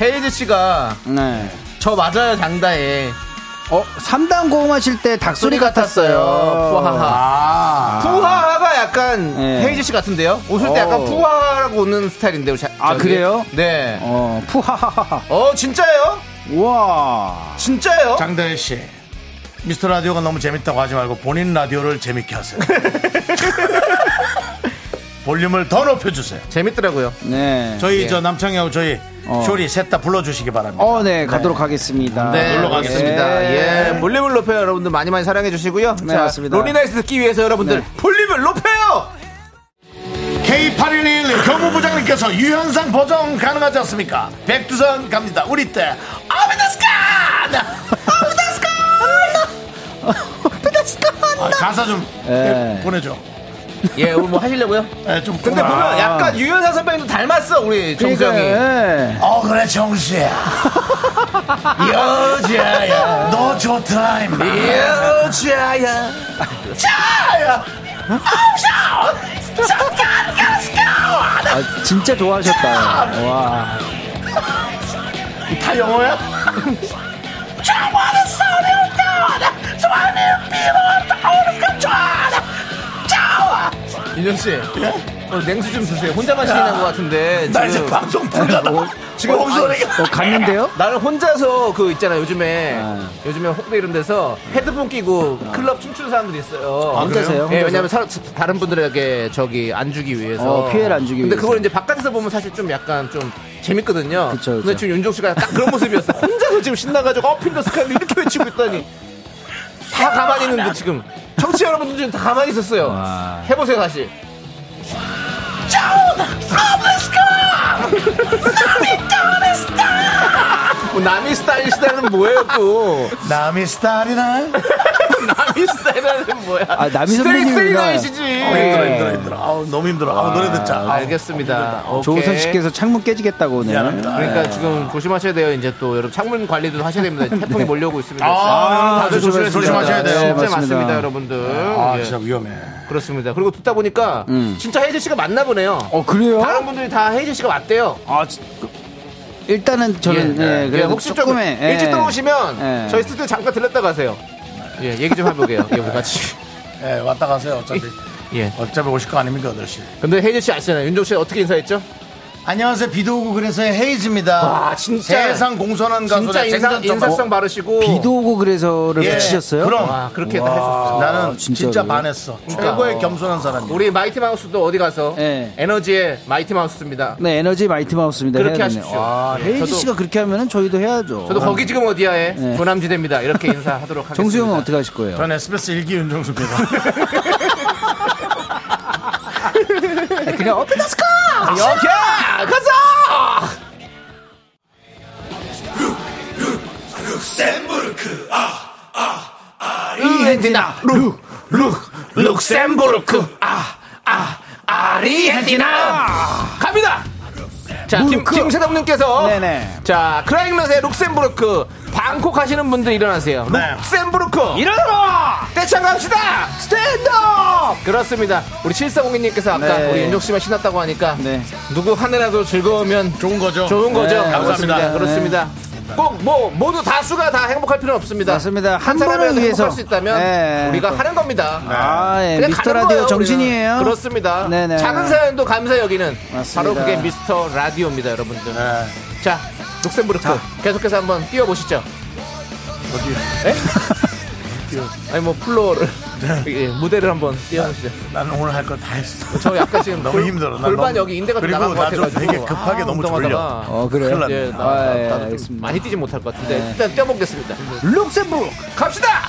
S2: 헤이즈 씨가
S7: 네.
S2: 저 맞아요 장다에
S7: 어, 3단 고음하실 때 닭소리
S2: 소리 같았어요.
S7: 같았어요.
S2: 부하하.
S1: 아
S2: 부하하가 약간
S7: 네.
S2: 헤이즈 씨 같은데요? 웃을 때
S7: 어.
S2: 약간 부하하라고 웃는 스타일인데요. 자-
S7: 아,
S2: 저기.
S7: 그래요?
S2: 네.
S7: 어, 푸하하하하.
S2: 어 진짜예요?
S7: 우와.
S2: 진짜예요?
S1: 장다혜 씨 미스터 라디오가 너무 재밌다고 하지 말고 본인 라디오를 재밌게 하세요. 볼륨을 더 높여주세요.
S2: 재밌더라고요.
S7: 네.
S2: 예.
S1: 저희 저 남창희하고 저희
S7: 어.
S1: 쇼리 셋 다 불러주시기 바랍니다.
S7: 어, 네, 가도록 하겠습니다.
S2: 네,
S1: 놀러 가겠습니다.
S2: 예. 볼륨을 높여요, 여러분들. 많이 많이 사랑해주시고요.
S7: 네, 맞습니다.
S2: 로리나이스 듣기 위해서 여러분들,
S7: 네.
S2: 볼륨을 높여요!
S1: K811 교무부장님께서 유현상 보정 가능하지 않습니까? 백두산 갑니다. 우리 때 아비다스카! 네. 아비다스카! 아비다스카! 가사 좀
S7: 예.
S1: 보내줘.
S2: 예, 오늘 뭐 하시려고요?
S1: 예, 좀
S2: 근데
S7: 아.
S1: 끊어라.
S2: 보면 약간 유현상 선배님도 닮았어, 우리 정수영이.
S7: 그러니까,
S1: 어 그래 정수야 여자야 너 좋다 임마
S2: 예. 여자야.
S1: 자야 없어 잠깐 가스카
S7: 아, 진짜 좋아하셨다. 와.
S1: 다 영어야? 좋아하는 소리 좋아하는 좋아하는 비로 오는 것 좋아하는 좋아
S2: 윤정씨. 어, 냉수 좀 드세요. 혼자 마시는 것 같은데.
S1: 나 이제
S2: 지금
S1: 방송 불가다 지금
S7: 어,
S1: 홍소리가
S7: 갔는데요?
S2: 나는 혼자서 그 있잖아 요즘에
S7: 아.
S2: 요즘에 홍대 이런 데서 헤드폰 끼고 클럽 춤추는 사람들이 있어요.
S7: 아, 혼자서요?
S2: 예,
S7: 혼자서?
S2: 왜냐면 사, 다른 분들에게 저기 안 주기 위해서
S7: 어, 피해를 안 주기
S2: 근데 그걸
S7: 위해서.
S2: 이제 바깥에서 보면 사실 좀 약간 좀 재밌거든요.
S7: 그쵸, 그쵸.
S2: 근데 지금 윤종 씨가 딱 그런 모습이었어. 혼자서 지금 신나가지고 어핀더 스카이를 이렇게 외치고 있다니 다 가만히 있는데 지금 청취 자 여러분들 지금 다 가만히 있었어요. 해보세요 다시. 뭐 남이 스타일 시대는 뭐예요 또?
S1: 남이 스타일이나
S2: 남이 스타일은 뭐야?
S7: 아, 남이
S2: 스트레이트
S7: 선배님이구나.
S2: 세이시지.
S1: 힘들어 힘들어 힘들어 아우 너무 힘들어 예. 아우 노래 듣자 아우.
S2: 알겠습니다. 오케이.
S7: 조호선 씨께서 창문 깨지겠다고 오늘.
S1: 미안합니다.
S2: 그러니까
S7: 네.
S2: 지금 조심하셔야 돼요. 이제 또 여러분 창문 관리도 하셔야 됩니다. 태풍이 몰려오고 있습니다.
S1: 아, 예.
S2: 다들
S1: 조심해, 조심하셔야 돼요.
S7: 네,
S2: 진짜
S7: 맞습니다.
S2: 맞습니다, 여러분들.
S1: 아
S2: 예,
S1: 진짜 위험해
S2: 그렇습니다. 그리고 듣다 보니까 진짜 혜진 씨가 맞나 보네요.
S7: 음. 어, 그래요?
S2: 다른 분들이 다 혜진 씨가 맞대요.
S7: 아, 지- 일단은 저는 예,
S2: 예,
S7: 그래도
S2: 혹시 좀
S7: 조금의 예.
S2: 일찍 들어오시면
S7: 예.
S2: 저희 스튜디오 잠깐 들렀다 가세요. 예, 얘기 좀 해보게요. 예, 우리 같이.
S1: 예 왔다 가세요 어차피
S2: 예.
S1: 어차피 오실 거 아닙니까 8시
S2: 근데 혜진 씨 아시잖아요. 윤종 씨 어떻게 인사했죠?
S1: 안녕하세요. 비도 오고 그래서 헤이즈입니다.
S2: 와, 진짜.
S1: 세상 공손한 가수
S7: 그러니까
S2: 진짜 인사, 인사성 바르시고
S7: 어, 비도 오고 그래서를 외치셨어요?
S1: 예. 그럼 아, 그러니까.
S2: 와 뭐. 예. 그렇게 다 해줬어.
S1: 나는 진짜,
S7: 진짜로요?
S1: 반했어. 최고의 겸손한 사람이야.
S2: 우리 마이티 마우스도 어디 가서
S7: 예.
S2: 에너지의 마이티 마우스입니다.
S7: 네, 에너지 마이티 마우스입니다.
S2: 그렇게
S7: 해야 되네.
S2: 하십시오.
S7: 와,
S2: 예,
S7: 헤이즈
S2: 저도-
S7: 씨가 그렇게 하면은 저희도 해야죠.
S2: 저도 거기 지금 어디야에
S7: 그렇죠. 네.
S2: 조남지대입니다. 이렇게 인사하도록 하겠습니다.
S7: 정수 형은 어떻게 하실 거예요?
S1: 전 SBS 일기 윤정수입니다.
S7: 그냥 어피다스카!
S2: 여기야 가자.
S1: 아리헨티나 룩, 룩, 룩셈부르크 아, 아, 아리헨티나
S2: 갑니다. 자, 김, 김세동님께서
S7: 네네.
S2: 자 크라잉넛의 룩셈부르크 방콕 하시는 분들 일어나세요.
S1: 네.
S2: 룩셈부르크
S7: 일어나!
S2: 떼창 갑시다.
S7: 스탠드업!
S2: 그렇습니다. 우리 7402님께서 아까
S7: 네.
S2: 우리 윤종 씨만 신났다고 하니까
S7: 네.
S2: 누구 하느라도 즐거우면
S1: 좋은 거죠?
S2: 좋은 거죠.
S1: 감사합니다.
S2: 그렇습니다. 꼭 뭐 모두 다수가 다 행복할 필요는 없습니다.
S7: 맞습니다.
S2: 한
S7: 한 분을
S2: 사람이라도
S7: 위해서.
S2: 행복할 수 있다면
S7: 네.
S2: 우리가 하는 겁니다.
S7: 아, 예.
S2: 그냥
S7: 미스터
S2: 가는
S7: 라디오
S2: 거예요,
S7: 정신이에요.
S2: 우리는. 그렇습니다.
S7: 네네.
S2: 작은 사연도 감사 여기는
S7: 맞습니다.
S1: 예. 네.
S2: 바로 그게 미스터 라디오입니다, 여러분들. 자, 룩셈부르크 계속해서 한번 뛰어보시죠. 어디? 에? 아니 뭐 플로어를
S1: 네.
S2: 예, 무대를 한번 뛰어보시죠.
S1: 나는 오늘 할 걸 다 했어.
S2: 저 약간 지금
S1: 네. 너무
S2: 골-
S1: 힘들어. 나
S2: 골반
S1: 너무-
S2: 여기 인대가 좀
S1: 그리고
S2: 나간 것
S1: 나좀
S2: 같아가지고
S1: 되게 급하게
S2: 아,
S1: 너무
S2: 운동하다가
S1: 졸려.
S7: 어, 그래요?
S1: 큰일
S2: 예,
S1: 났네.
S2: 나,
S7: 아, 예,
S2: 나도 좀
S7: 알겠습니다. 네.
S2: 많이 뛰지 못할 것 같은데 일단 뛰어보겠습니다.
S7: 룩셈부르크
S2: 갑시다.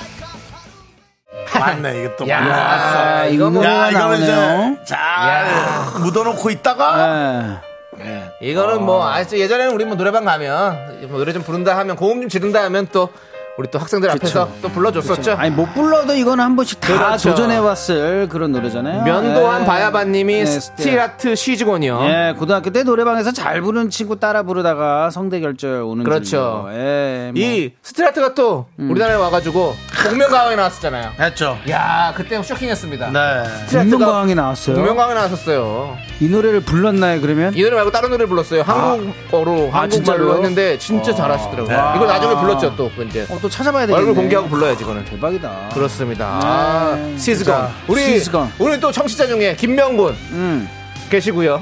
S1: 맞네, 이거 또. 뭐.
S2: 야,
S1: 맞았어.
S7: 이거 뭐
S1: 야, 이거는
S7: 나오네요.
S1: 이제 잘 묻어놓고 있다가
S7: 아,
S2: 이거는 뭐 아주 예전에는 우리 뭐 노래방 가면 뭐 노래 좀 부른다 하면 고음 좀 지른다 하면 또 우리 또 학생들 앞에서 또 불러줬었죠.
S7: 아니 못 불러도 이거는 한 번씩 다
S2: 그렇죠.
S7: 도전해봤을 그런 노래잖아요.
S2: 면도한
S7: 예.
S2: 바야바님이
S7: 예,
S2: 스틸아트 시즈곤이요.
S7: 예, 고등학교 때 노래방에서 잘 부르는 친구 따라 부르다가 성대 결절 오는
S2: 그렇죠.
S7: 줄로. 예, 뭐.
S2: 이 스틸아트가 또
S7: 음.
S2: 우리나라에 와가지고 복면가왕에 나왔었잖아요.
S1: 했죠.
S2: 야 그때 쇼킹했습니다.
S1: 네.
S7: 운명과왕이 나왔어요.
S2: 복면가왕에 나왔었어요.
S7: 이 노래를 불렀나요 그러면?
S2: 이 노래 말고 다른 노래 불렀어요. 한국어로
S7: 아,
S2: 한국말로
S7: 진짜로요? 아.
S2: 했는데 진짜 잘하시더라고요.
S1: 네.
S2: 이걸 나중에 불렀죠 또그 이제
S7: 어, 또 찾아봐야 되겠네.
S2: 얼굴 공개하고 불러야지 이거는.
S7: 대박이다.
S2: 그렇습니다.
S7: 네.
S2: 아, 시즈건.
S7: 자,
S2: 우리
S7: 시즈건.
S2: 우리 또 청취자 중에 김명곤
S7: 음.
S2: 계시고요.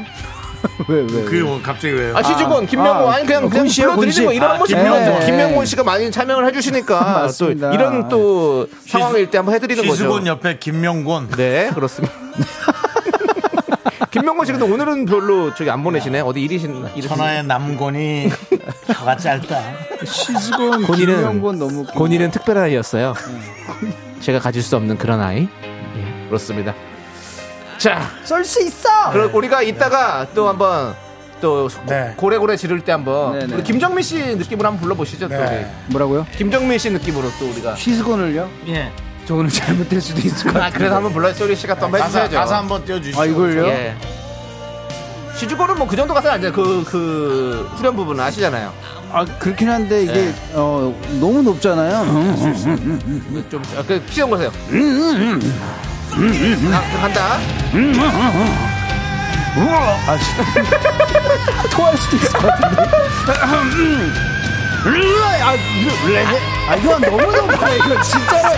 S7: 왜 왜?
S1: 그게 뭐 갑자기 왜요?
S2: 아, 시즈건, 김명곤
S7: 아,
S2: 아니 그냥 그냥
S7: 군씨요,
S2: 불러드리는 거
S7: 군씨.
S2: 이런
S1: 아,
S2: 한 번씩
S1: 김명곤.
S2: 불러드리죠.
S7: 네.
S2: 김명곤 씨가 많이 참여를 해주시니까 또
S7: 맞습니다.
S2: 이런 또 상황일 때 한번 해드리는
S1: 시수곤
S2: 거죠.
S1: 옆에 김명곤.
S2: 네 그렇습니다. 김명곤 씨 근데 오늘은 별로 저기 안 보내시네. 어디 일이신
S1: 천하의 남곤이 혀가 짧다.
S7: 시즈건
S2: 곤이는-
S7: 김명곤 너무 웃기네.
S2: 곤이는 특별한 아이였어요. 제가 가질 수 없는 그런 아이. 예, 그렇습니다. 자,
S7: 쏠 수 있어.
S2: 그럼 우리가 이따가 또 한번 또 고-
S1: 네.
S2: 고래고래 지를 때 한번
S7: 네, 네.
S2: 우리 김정민 씨 느낌으로 한번 불러보시죠. 또
S1: 네.
S2: 우리.
S7: 뭐라고요?
S2: 김정민 씨 느낌으로 또 우리가
S7: 시즈건을요?
S2: 예.
S7: 저 오늘 잘못될 수도 있을 것
S2: 아, 그래서 한번 불러 소리 씨가 또 한번
S1: 가사,
S2: 해주셔야죠.
S1: 가사 한번 띄워주시죠.
S7: 아 이걸요?
S2: 예. 시주고는 뭐 그 정도 가사는 아니잖아요. 그, 그 후렴 부분 아시잖아요.
S7: 아 그렇긴 한데 이게 어, 너무 높잖아요.
S2: 좀, 아, 그, 시험 보세요. 아, 간다.
S7: 아, 씨. 토할 수도 있을 것 같은데. 아, 이거 레 아, 이거 너무 높아. 이거 진짜로.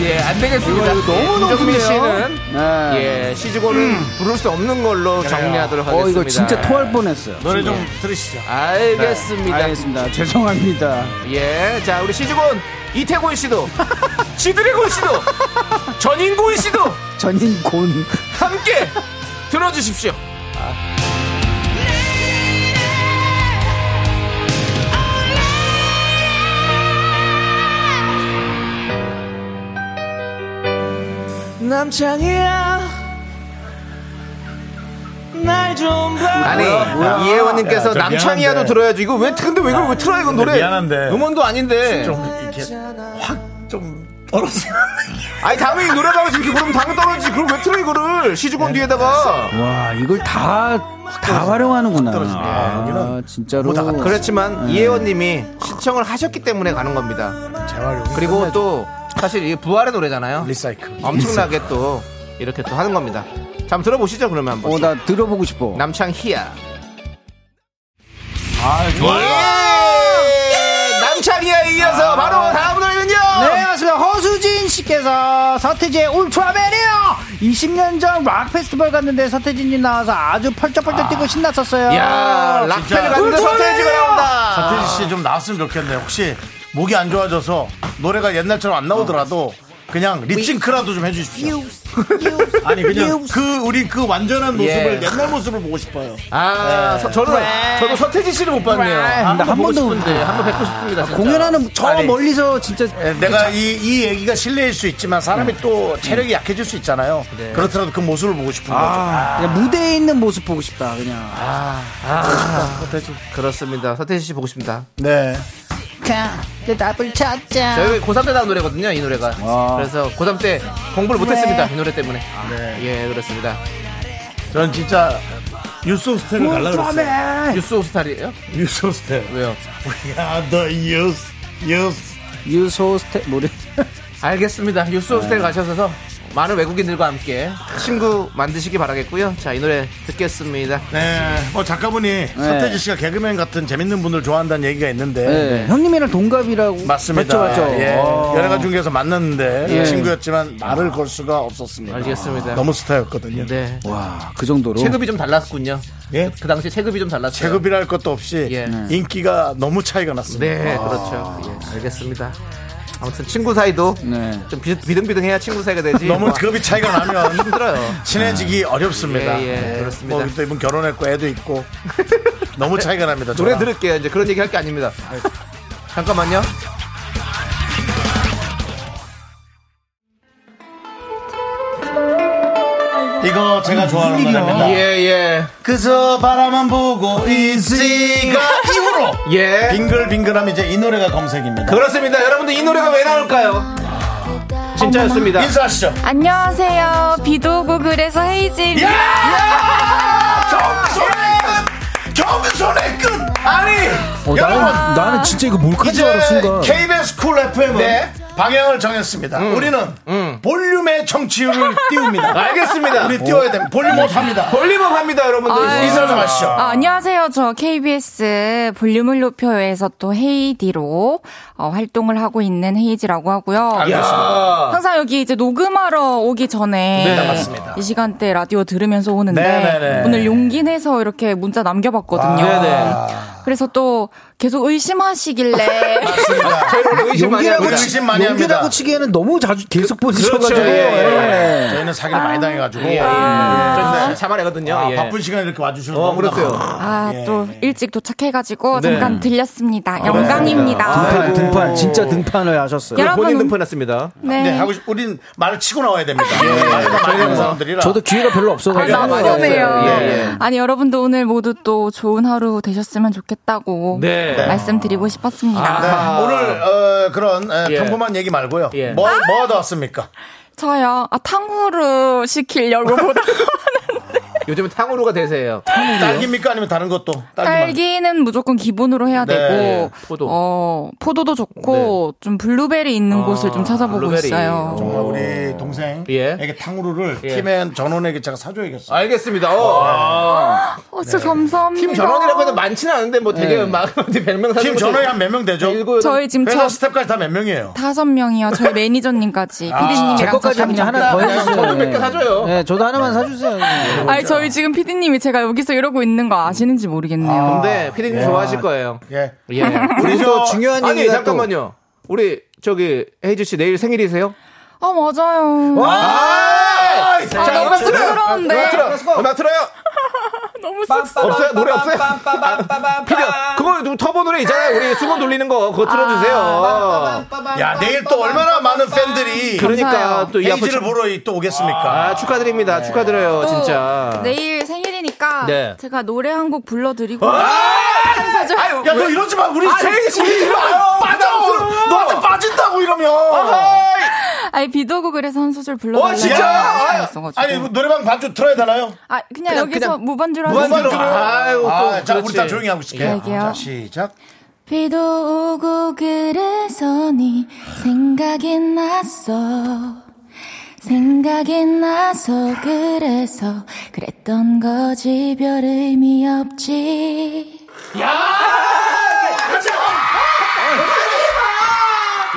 S2: 예, 안 되겠습니다.
S7: 이거 너무
S2: 예, 김정민
S7: 높은데요?
S2: 씨는
S7: 네.
S2: 예, 시주고는 부를 수 없는 걸로 정리하도록 하겠습니다.
S7: 어, 이거 진짜 토할 뻔했어요.
S1: 노래 좀 들으시죠.
S2: 알겠습니다.
S7: 알겠습니다. 죄송합니다.
S2: 예, 자 우리 시주곤 이태곤 씨도 지드래곤 씨도 전인곤 씨도
S7: 전인곤.
S2: 함께 들어주십시오. 남창이야. 날 좀 봐. 아니 이혜원님께서
S1: 야, 저
S2: 남창이야도
S1: 미안한데.
S2: 들어야지 이거 왜 근데 왜 이걸 왜 틀어 이건 노래
S1: 미안한데.
S2: 음원도 아닌데
S1: 좀 이렇게 확좀 떨어지는
S2: 아니 당연히 노래방에서 이렇게 부르면 당연 떨어지지 그걸 왜 틀어 이거를
S1: 네.
S2: 시주곤 뒤에다가
S7: 와, 이걸 다, 다 활용하는구나.
S1: 떨어지네.
S7: 아,
S1: 여기는
S7: 진짜로.
S1: 못 알아듣- 음.
S2: 그렇지만 이혜원님이 신청을 하셨기 때문에 가는 겁니다
S1: 재활용.
S2: 그리고 또 사실 이게 부활의 노래잖아요
S1: 리사이클.
S2: 엄청나게 또 이렇게 또 하는 겁니다 자 한번 들어보시죠 그러면 한번
S7: 어, 나 들어보고 싶어.
S2: 남창희야
S1: 아, 좋아요.
S2: 예! 남창희야
S1: 아.
S2: 이어서 바로 다음 노래는요
S7: 네, 맞습니다. 허수진 씨께서 서태지의 울트라맨이요! 20년 전 락 페스티벌 갔는데 서태진님 나와서 아주 펄쩍펄쩍 뛰고 신났었어요.
S2: 야 락펠
S1: 아, 진짜. 어,
S2: 갔는데 서태지가 나온다
S1: 서태지 씨 좀 나왔으면 좋겠네. 혹시 목이 안 좋아져서 노래가 옛날처럼 안 나오더라도 그냥 립싱크라도 좀 해주십시오. 아니 그냥 그 우리 그 완전한 모습을
S2: 예.
S1: 옛날 모습을 보고 싶어요.
S2: 아, 서- 저는
S1: 네.
S2: 저도 서태지 씨를 못 봤네요.
S1: 아,
S7: 근데 한
S2: 보고
S7: 번도- 아,
S2: 싶은데 한번 뵙고 싶습니다. 진짜.
S7: 공연하는 저
S1: 아니.
S7: 멀리서 진짜
S1: 예, 내가 이, 이 얘기가 실례일 수 있지만 사람이 또 체력이 약해질 수 있잖아요. 그렇더라도 그 모습을 보고 싶은
S7: 아, 그냥 무대에 있는 모습 보고 싶다 그냥
S2: 그렇습니다. 서태지 씨 보고 싶다.
S1: 거죠. 네.
S7: 내 답을 찾자
S2: 저희 고3 때 나온 노래거든요, 이 노래가.
S1: 아.
S2: 그래서 고3 때 공부를 못했습니다, 이 노래 때문에.
S1: 네.
S2: 예, 그렇습니다.
S1: 전 진짜 유스 호스텔을 갈라 그랬어요.
S2: 뉴스 오스탈이에요?
S1: 유스 호스텔.
S2: 왜요?
S1: 우리가 더 유스 유스
S7: 유소스테 모르
S1: 네.
S2: 알겠습니다. 뉴스 오스텔 가셔서 많은 외국인들과 함께 친구 만드시기 바라겠고요. 자, 이 노래 듣겠습니다.
S1: 네. 뭐 작가분이 서태지 씨가 개그맨 같은 재밌는 분들 좋아한다는 얘기가 있는데
S7: 네. 형님이랑 동갑이라고.
S1: 맞습니다.
S7: 맞죠, 맞죠.
S1: 예.
S7: 어.
S1: 여러 가지 중에서 만났는데
S7: 예.
S1: 친구였지만 말을 걸 수가 없었습니다.
S2: 알겠습니다.
S1: 네. 너무 어. 스타였거든요.
S2: 네.
S7: 와, 그 정도로.
S2: 체급이 좀 달랐군요.
S1: 예?
S2: 그 당시 체급이 좀 달랐어요.
S1: 계급이랄 것도 없이
S2: 예.
S1: 인기가 너무 차이가 났습니다.
S2: 네, 그렇죠. 예, 알겠습니다. 아무튼 친구 사이도
S7: 네.
S2: 좀 비- 비등비등해야 친구 사이가 되지.
S1: 너무 그-
S2: 뭐,
S1: 급이 차이가 나면
S2: 힘들어요.
S1: 친해지기 어렵습니다.
S2: 네. 예, 예, 그렇습니다.
S1: 뭐 또 이분 결혼했고 애도 있고 너무 차이가 납니다.
S2: 노래
S1: 저랑.
S2: 들을게요. 이제 그런 얘기 할 게 아닙니다. 잠깐만요.
S1: 이거 제가 좋아하는 노래입니다.
S2: 예, 예.
S1: 그저 바라만 보고 있지가 이후로
S2: 예.
S1: 빙글빙글하면 이제 이 노래가 검색입니다.
S2: 그렇습니다. 여러분들 이 노래가 왜 나올까요? 진짜였습니다.
S1: 인사하시죠.
S5: 안녕하세요. 비도 오고 그래서 헤이즈입니다.
S1: 겸손의 끈! 겸손의 끈! 아니! 여러분!
S8: 어, 나는, 나는 진짜 이거 뭘까지
S1: 이제
S8: 알아, 순간.
S1: KBS 쿨 FM은
S2: 네. 음.
S1: 방향을 정했습니다. 우리는 볼륨의 정치율을 띄웁니다.
S2: 알겠습니다. 음.
S1: 우리 띄워야 됩니다. 볼륨 업합니다.
S2: 볼륨업 합니다, 여러분들.
S5: 아유.
S1: 인사 좀 하시죠.
S5: 아, 안녕하세요. 저 KBS 볼륨을 높여요에서 또 헤이디로 어, 활동을 하고 있는 헤이즈라고 하고요.
S2: 야.
S5: 항상 여기 이제 녹음하러 오기 전에
S1: 네, 맞습니다.
S5: 이 시간대 라디오 들으면서 오는데
S1: 네, 네, 네.
S5: 오늘 용기 내서 이렇게 문자 남겨봤거든요. 그래서 또 계속 의심하시길래
S1: 맞습니다.
S2: 저희 원래 의심 많이 하고
S1: 우리 의심 많이 합니다.
S8: 용기라고 치기에는 너무 자주 계속 보시셔가지고.
S2: 그렇죠, 예.
S8: 예.
S1: 네. 저희는 사기를 많이 당해가지고.
S2: 예, 예.
S1: 네.
S2: 좀 참아내거든요.
S1: 아,
S2: 예.
S1: 바쁜 시간에 이렇게 와주셔서.
S2: 어,
S1: 너무
S2: 그렇대요.
S5: 아 또 일찍 도착해가지고
S2: 네.
S5: 잠깐 들렸습니다. 영광입니다.
S7: 네.
S5: 아,
S8: 등판, 등판, 진짜 등판을 하셨어요.
S5: 여러분
S2: 본인
S5: 은-
S2: 등판했습니다.
S5: 네.
S1: 네, 하고 싶, 우린 말을 치고 나와야 됩니다.
S2: 예,
S1: 말을 많이
S2: 뭐
S1: 하는 사람들이라.
S8: 저도 기회가 별로 없어가지고.
S5: 아, 나쁘네요.
S2: 예, 예.
S5: 아니 여러분도 오늘 모두 또 좋은 하루 되셨으면 좋겠다고
S2: 네.
S5: 말씀드리고 싶었습니다.
S1: 네,
S2: 아.
S1: 오늘 어, 그런 에,
S2: 예.
S1: 평범한 얘기 말고요.
S2: 예.
S1: 뭐, 뭐 얻어왔습니까?
S5: 저요 아, 탕후루 시키려고 보다
S2: 요즘은 탕후루가 대세예요.
S1: 딸기입니까? 아니면 다른 것도? 딸기만?
S5: 딸기는 무조건 기본으로 해야
S1: 네,
S5: 되고
S2: 포도.
S5: 어, 포도도 좋고 좀 블루베리 있는 곳을 좀 찾아보고
S2: 블루베리.
S5: 있어요.
S2: 어.
S1: 정말 우리 동생에게
S2: 예.
S1: 탕후루를
S2: 예.
S1: 팀의 전원에게 제가 사줘야겠어요.
S2: 알겠습니다. 어.
S5: 어, 진짜 감사합니다.
S2: 팀 전원이라고 해도 많지는 않은데 뭐 되게 막 100명 아, 사는
S1: 팀 전원에 한 몇 명 되죠?
S2: 일곱
S5: 저희 지금
S1: 회사
S5: 저
S1: 스텝까지 다 몇 명이에요?
S5: 다섯 명이요. 저희 매니저님까지
S8: 제
S5: 피디님이랑
S8: 것까지 그냥 하나 더 해주세요.
S2: 저도 몇개 사줘요.
S8: 네, 저도 하나만 사주세요.
S5: 아니 저희 지금 피디님이 제가 여기서 이러고 있는 거 아시는지 모르겠네요.
S2: 근데 피디님 좋아하실 거예요.
S1: 예.
S2: 예.
S8: 우리 또 중요한
S2: 아니
S8: 얘기가
S2: 잠깐만요. 우리 저기 헤이즈 씨 내일 생일이세요?
S5: 아 맞아요.
S2: 아,
S5: 아, 너무 쑥스러운데.
S2: 음악 틀어. 음악 틀어요.
S5: 너무 쑥스러워.
S2: 없어요? 노래 없어요? 피디 그거 좀 터보 노래 있잖아요. 우리 수건 돌리는 거 그거 틀어주세요.
S1: 야, 내일 또 얼마나 많은 팬들이
S2: 그러니까
S5: 감사해요.
S2: 또 이 앞에
S1: 페이지를 네. 보러 또 오겠습니까?
S2: 아 축하드립니다. 축하드려요 진짜.
S5: 내일 생일이니까
S2: 네.
S5: 제가 노래 한 곡 불러드리고
S1: 야, 너 이러지 마. 우리 지금
S2: 제일 싫어요.
S1: 빠져.
S2: 부담스러워.
S1: 너한테 빠진다고 이러면.
S5: 아니 비도 오고 그래서 한 소절 불러달라고
S1: 어, 진짜?
S5: 했어가지고
S1: 아니, 이거 노래방 반주 틀어야 되나요?
S5: 아 그냥
S2: 그냥-
S5: 여기서
S2: 그냥
S5: 무반주로
S1: 무반주로.
S5: 하겠습니다.
S2: 아유, 또
S1: 아, 자, 우리
S2: 그렇지.
S1: 다 조용히 하고 있을게요.
S5: 예.
S1: 자, 시작.
S3: 비도 오고 그래서 네 생각이 났어 생각이 나서 그래서 그랬던 거지 별 의미 없지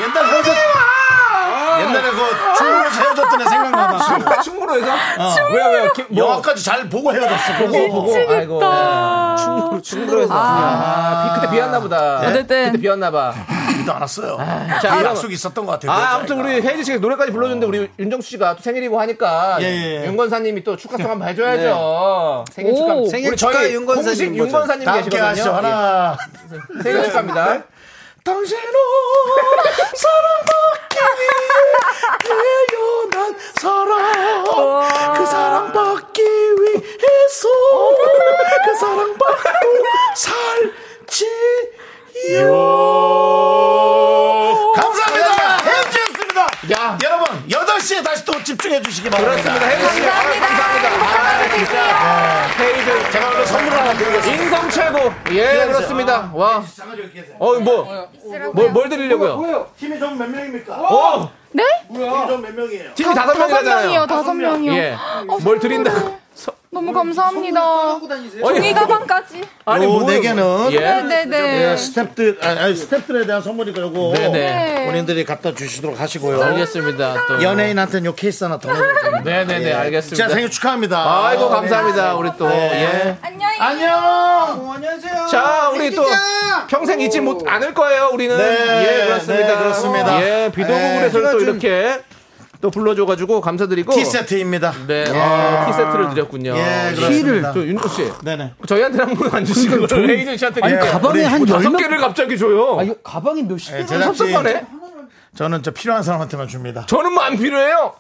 S1: 옛날 헤어졌 옛날에 그 중국에서 헤어졌던 애 생각나나
S2: 아, 충무로에서 왜요 왜요? 김- 뭐,
S1: 영화까지 잘 보고 헤어졌어 그래서
S2: 아이고. 충무로 충무로에서. 아, 비- 그때 비왔나 보다.
S5: 어쨌든.
S2: 그때 비왔나 봐.
S1: 믿도 않았어요
S2: 자,
S1: 이
S2: 그럼-
S1: 약속이 있었던 것 아, 같아요 그렇죠?
S2: 아, 아무튼 우리 혜지 씨가 노래까지 불러줬는데 우리 윤정수 씨가 또 생일이고 하니까
S1: 어. 예, 네. 예, 예.
S2: 윤건사님이 또 축하송 한번 해줘야죠. 생일 축하.
S8: 생일
S2: 우리 저희
S8: 축하 윤건사님
S2: 공식
S8: 버전.
S2: 윤건사님
S1: 다 함께
S2: 계시거든요.
S1: 하시죠 하나
S2: 예, 생일 축하합니다.
S1: 당신은 사랑받기 위해 태어난 사람 그 사랑받기 위해서 그 사랑받고 살지요 감사합니다 헤어지였습니다
S2: 야.
S1: 여러분 8시에 다시 또 집중해 주시기 바랍니다
S2: 그렇습니다. 혜지 씨. 감사합니다. 감사합니다. 아, 진짜. 아, 혜이즈
S1: 제가 오늘 선물 하나
S2: 인성 최고. 예,
S1: 아,
S2: 그렇습니다. 와. 어, 뭐, 뭘, 뭘 드리려고요?
S1: 팀이 좀 몇 명입니까?
S2: 오!
S3: 네?
S1: 팀이 좀 몇 명이에요?
S2: 팀이 다섯
S3: 다섯 명이요,
S2: 명이잖아요.
S3: 다섯 명이요.
S2: 예.
S3: 어,
S2: 뭘
S3: 선물을.
S2: 드린다고.
S3: 너무 감사합니다. 종이
S2: 아니,
S3: 가방까지.
S2: 아니,
S1: 요
S2: 뭐예요?
S1: 네 개는
S2: 예.
S3: 네네네.
S1: 스탭들 아니, 아니, 스탭들에 대한 선물이 그러고
S2: 네네.
S3: 네.
S1: 본인들이 갖다 주시도록 하시고요.
S2: 알겠습니다. 또.
S1: 연예인한테는 요 케이스 하나 더 넣어주세요.
S2: 네네네, 알겠습니다.
S1: 진짜 생일 축하합니다.
S2: 아이고,
S1: 네.
S2: 감사합니다. 우리 또. 예.
S3: 안녕히 계세요.
S1: 안녕.
S2: 자, 우리 또 평생 잊지 못 않을 거예요, 우리는.
S1: 네,
S2: 예, 그렇습니다.
S1: 네, 그렇습니다.
S2: 예, 비도
S1: 예.
S2: 부분에서는 또 이렇게 또 불러줘가지고 감사드리고.
S1: 티 세트입니다.
S2: 네,
S1: 예.
S2: 아, 티 세트를 드렸군요.
S1: 예, 그렇습니다.
S2: 저 윤호 씨.
S1: 네네.
S2: 저희한테 한 번 안 주시고 레이준 씨한테
S8: 그러니까 아니
S2: 이렇게
S8: 가방에 한
S2: 뭐 다섯
S8: 열몇
S2: 개를 갑자기 줘요. 아,
S8: 아, 이거 가방이 몇십
S1: 예,
S8: 개가
S1: 제작진
S2: 섭섭하네.
S1: 저는 저 필요한 사람한테만 줍니다.
S2: 저는 뭐 안 필요해요.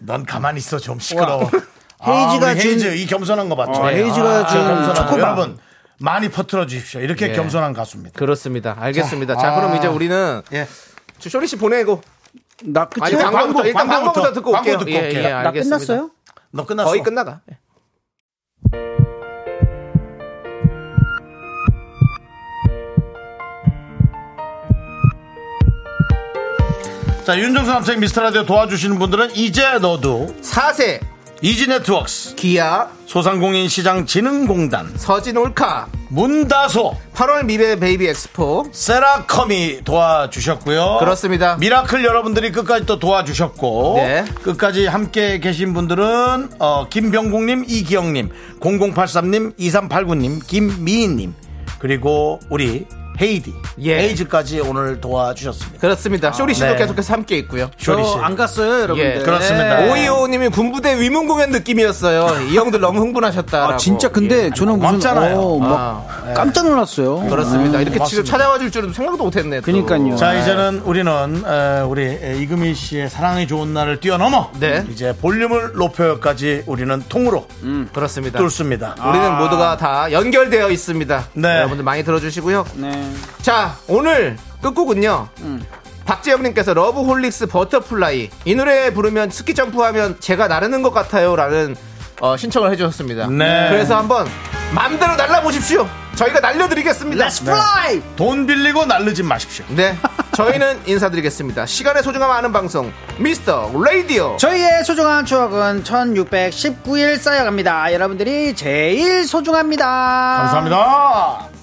S1: 넌 가만히 있어 좀 시끄러워.
S8: 헤이지가
S1: 아, 우리 헤이즈
S8: 준-
S1: 이 겸손한 거 맞죠? 네. 아,
S8: 어, 헤이즈가 준
S1: 겸손한 거.
S8: 초코바.
S1: 여러분 많이 퍼뜨려 주십시오. 이렇게
S2: 예.
S1: 겸손한 가수입니다.
S2: 그렇습니다. 알겠습니다. 자, 그럼 이제 우리는
S1: 예.
S2: 저 쇼리 씨 보내고
S8: 나 그치?
S2: 아니 광고부터
S1: 광고,
S2: 일단
S1: 광고부터,
S2: 광고부터 듣고
S1: 광고
S2: 올게요.
S1: 듣고
S2: 예,
S1: 올게요.
S2: 예,
S8: 나
S2: 알겠습니다.
S8: 끝났어요?
S1: 너 끝났어.
S2: 거의 끝나가. 예.
S1: 자 윤정수 남창 미스터 라디오 도와주시는 분들은 이제 너도
S2: 4세
S1: 이지 네트웍스
S2: 기아
S1: 소상공인 시장 진흥공단
S2: 서진 올카
S1: 문다소
S2: 8월 미래 베이비 엑스포
S1: 세라컴이 도와주셨고요.
S2: 그렇습니다.
S1: 어? 미라클 여러분들이 끝까지 또 도와주셨고
S2: 네.
S1: 끝까지 함께 계신 분들은 어, 김병국님, 이기영님, 0083님, 2389님, 김미인님 그리고 우리 헤이디,
S2: 예.
S1: 헤이즈까지 오늘 도와주셨습니다.
S2: 그렇습니다. 쇼리 씨도
S1: 네.
S2: 계속해서 함께 있고요.
S1: 쇼리 씨.
S8: 안 갔어요, 여러분들.
S2: 예.
S1: 그렇습니다.
S2: 오이오님이 군부대 위문 공연 느낌이었어요. 이 형들 너무 흥분하셨다.
S8: 아, 진짜 근데 저는 무슨
S1: 예. 고맙잖아요. 예.
S8: 어,
S7: 뭐-
S8: 막 깜짝 놀랐어요.
S2: 그렇습니다. 이렇게
S1: 고맙습니다.
S2: 지금 찾아와 줄 줄은 생각도 못했네. 또.
S8: 그러니까요.
S1: 자 이제는 우리는 어, 우리 이금희 씨의 사랑이 좋은 날을 뛰어넘어
S2: 네.
S1: 이제 볼륨을 높여요까지 우리는 통으로
S2: 그렇습니다.
S1: 뚫습니다.
S2: 우리는 모두가 다 연결되어 있습니다.
S1: 네.
S2: 여러분들 많이 들어주시고요.
S8: 네.
S2: 자, 오늘 끝곡은요. 박재영님께서 러브홀릭스 버터플라이 이 노래 부르면 스키 점프하면 제가 나르는 것 같아요라는 어, 신청을 해주셨습니다.
S1: 네.
S2: 그래서 한번 마음대로 날라보십시오. 저희가 날려드리겠습니다. Let's
S8: 플라이!
S1: 돈 빌리고 날르지 마십시오.
S2: 네, 저희는 인사드리겠습니다. 시간의 소중함 아는 방송 미스터
S7: 그렇죠.
S2: 레이디오.
S7: 저희의 소중한 추억은 1619일 쌓여갑니다. 여러분들이 제일 소중합니다.
S1: 감사합니다.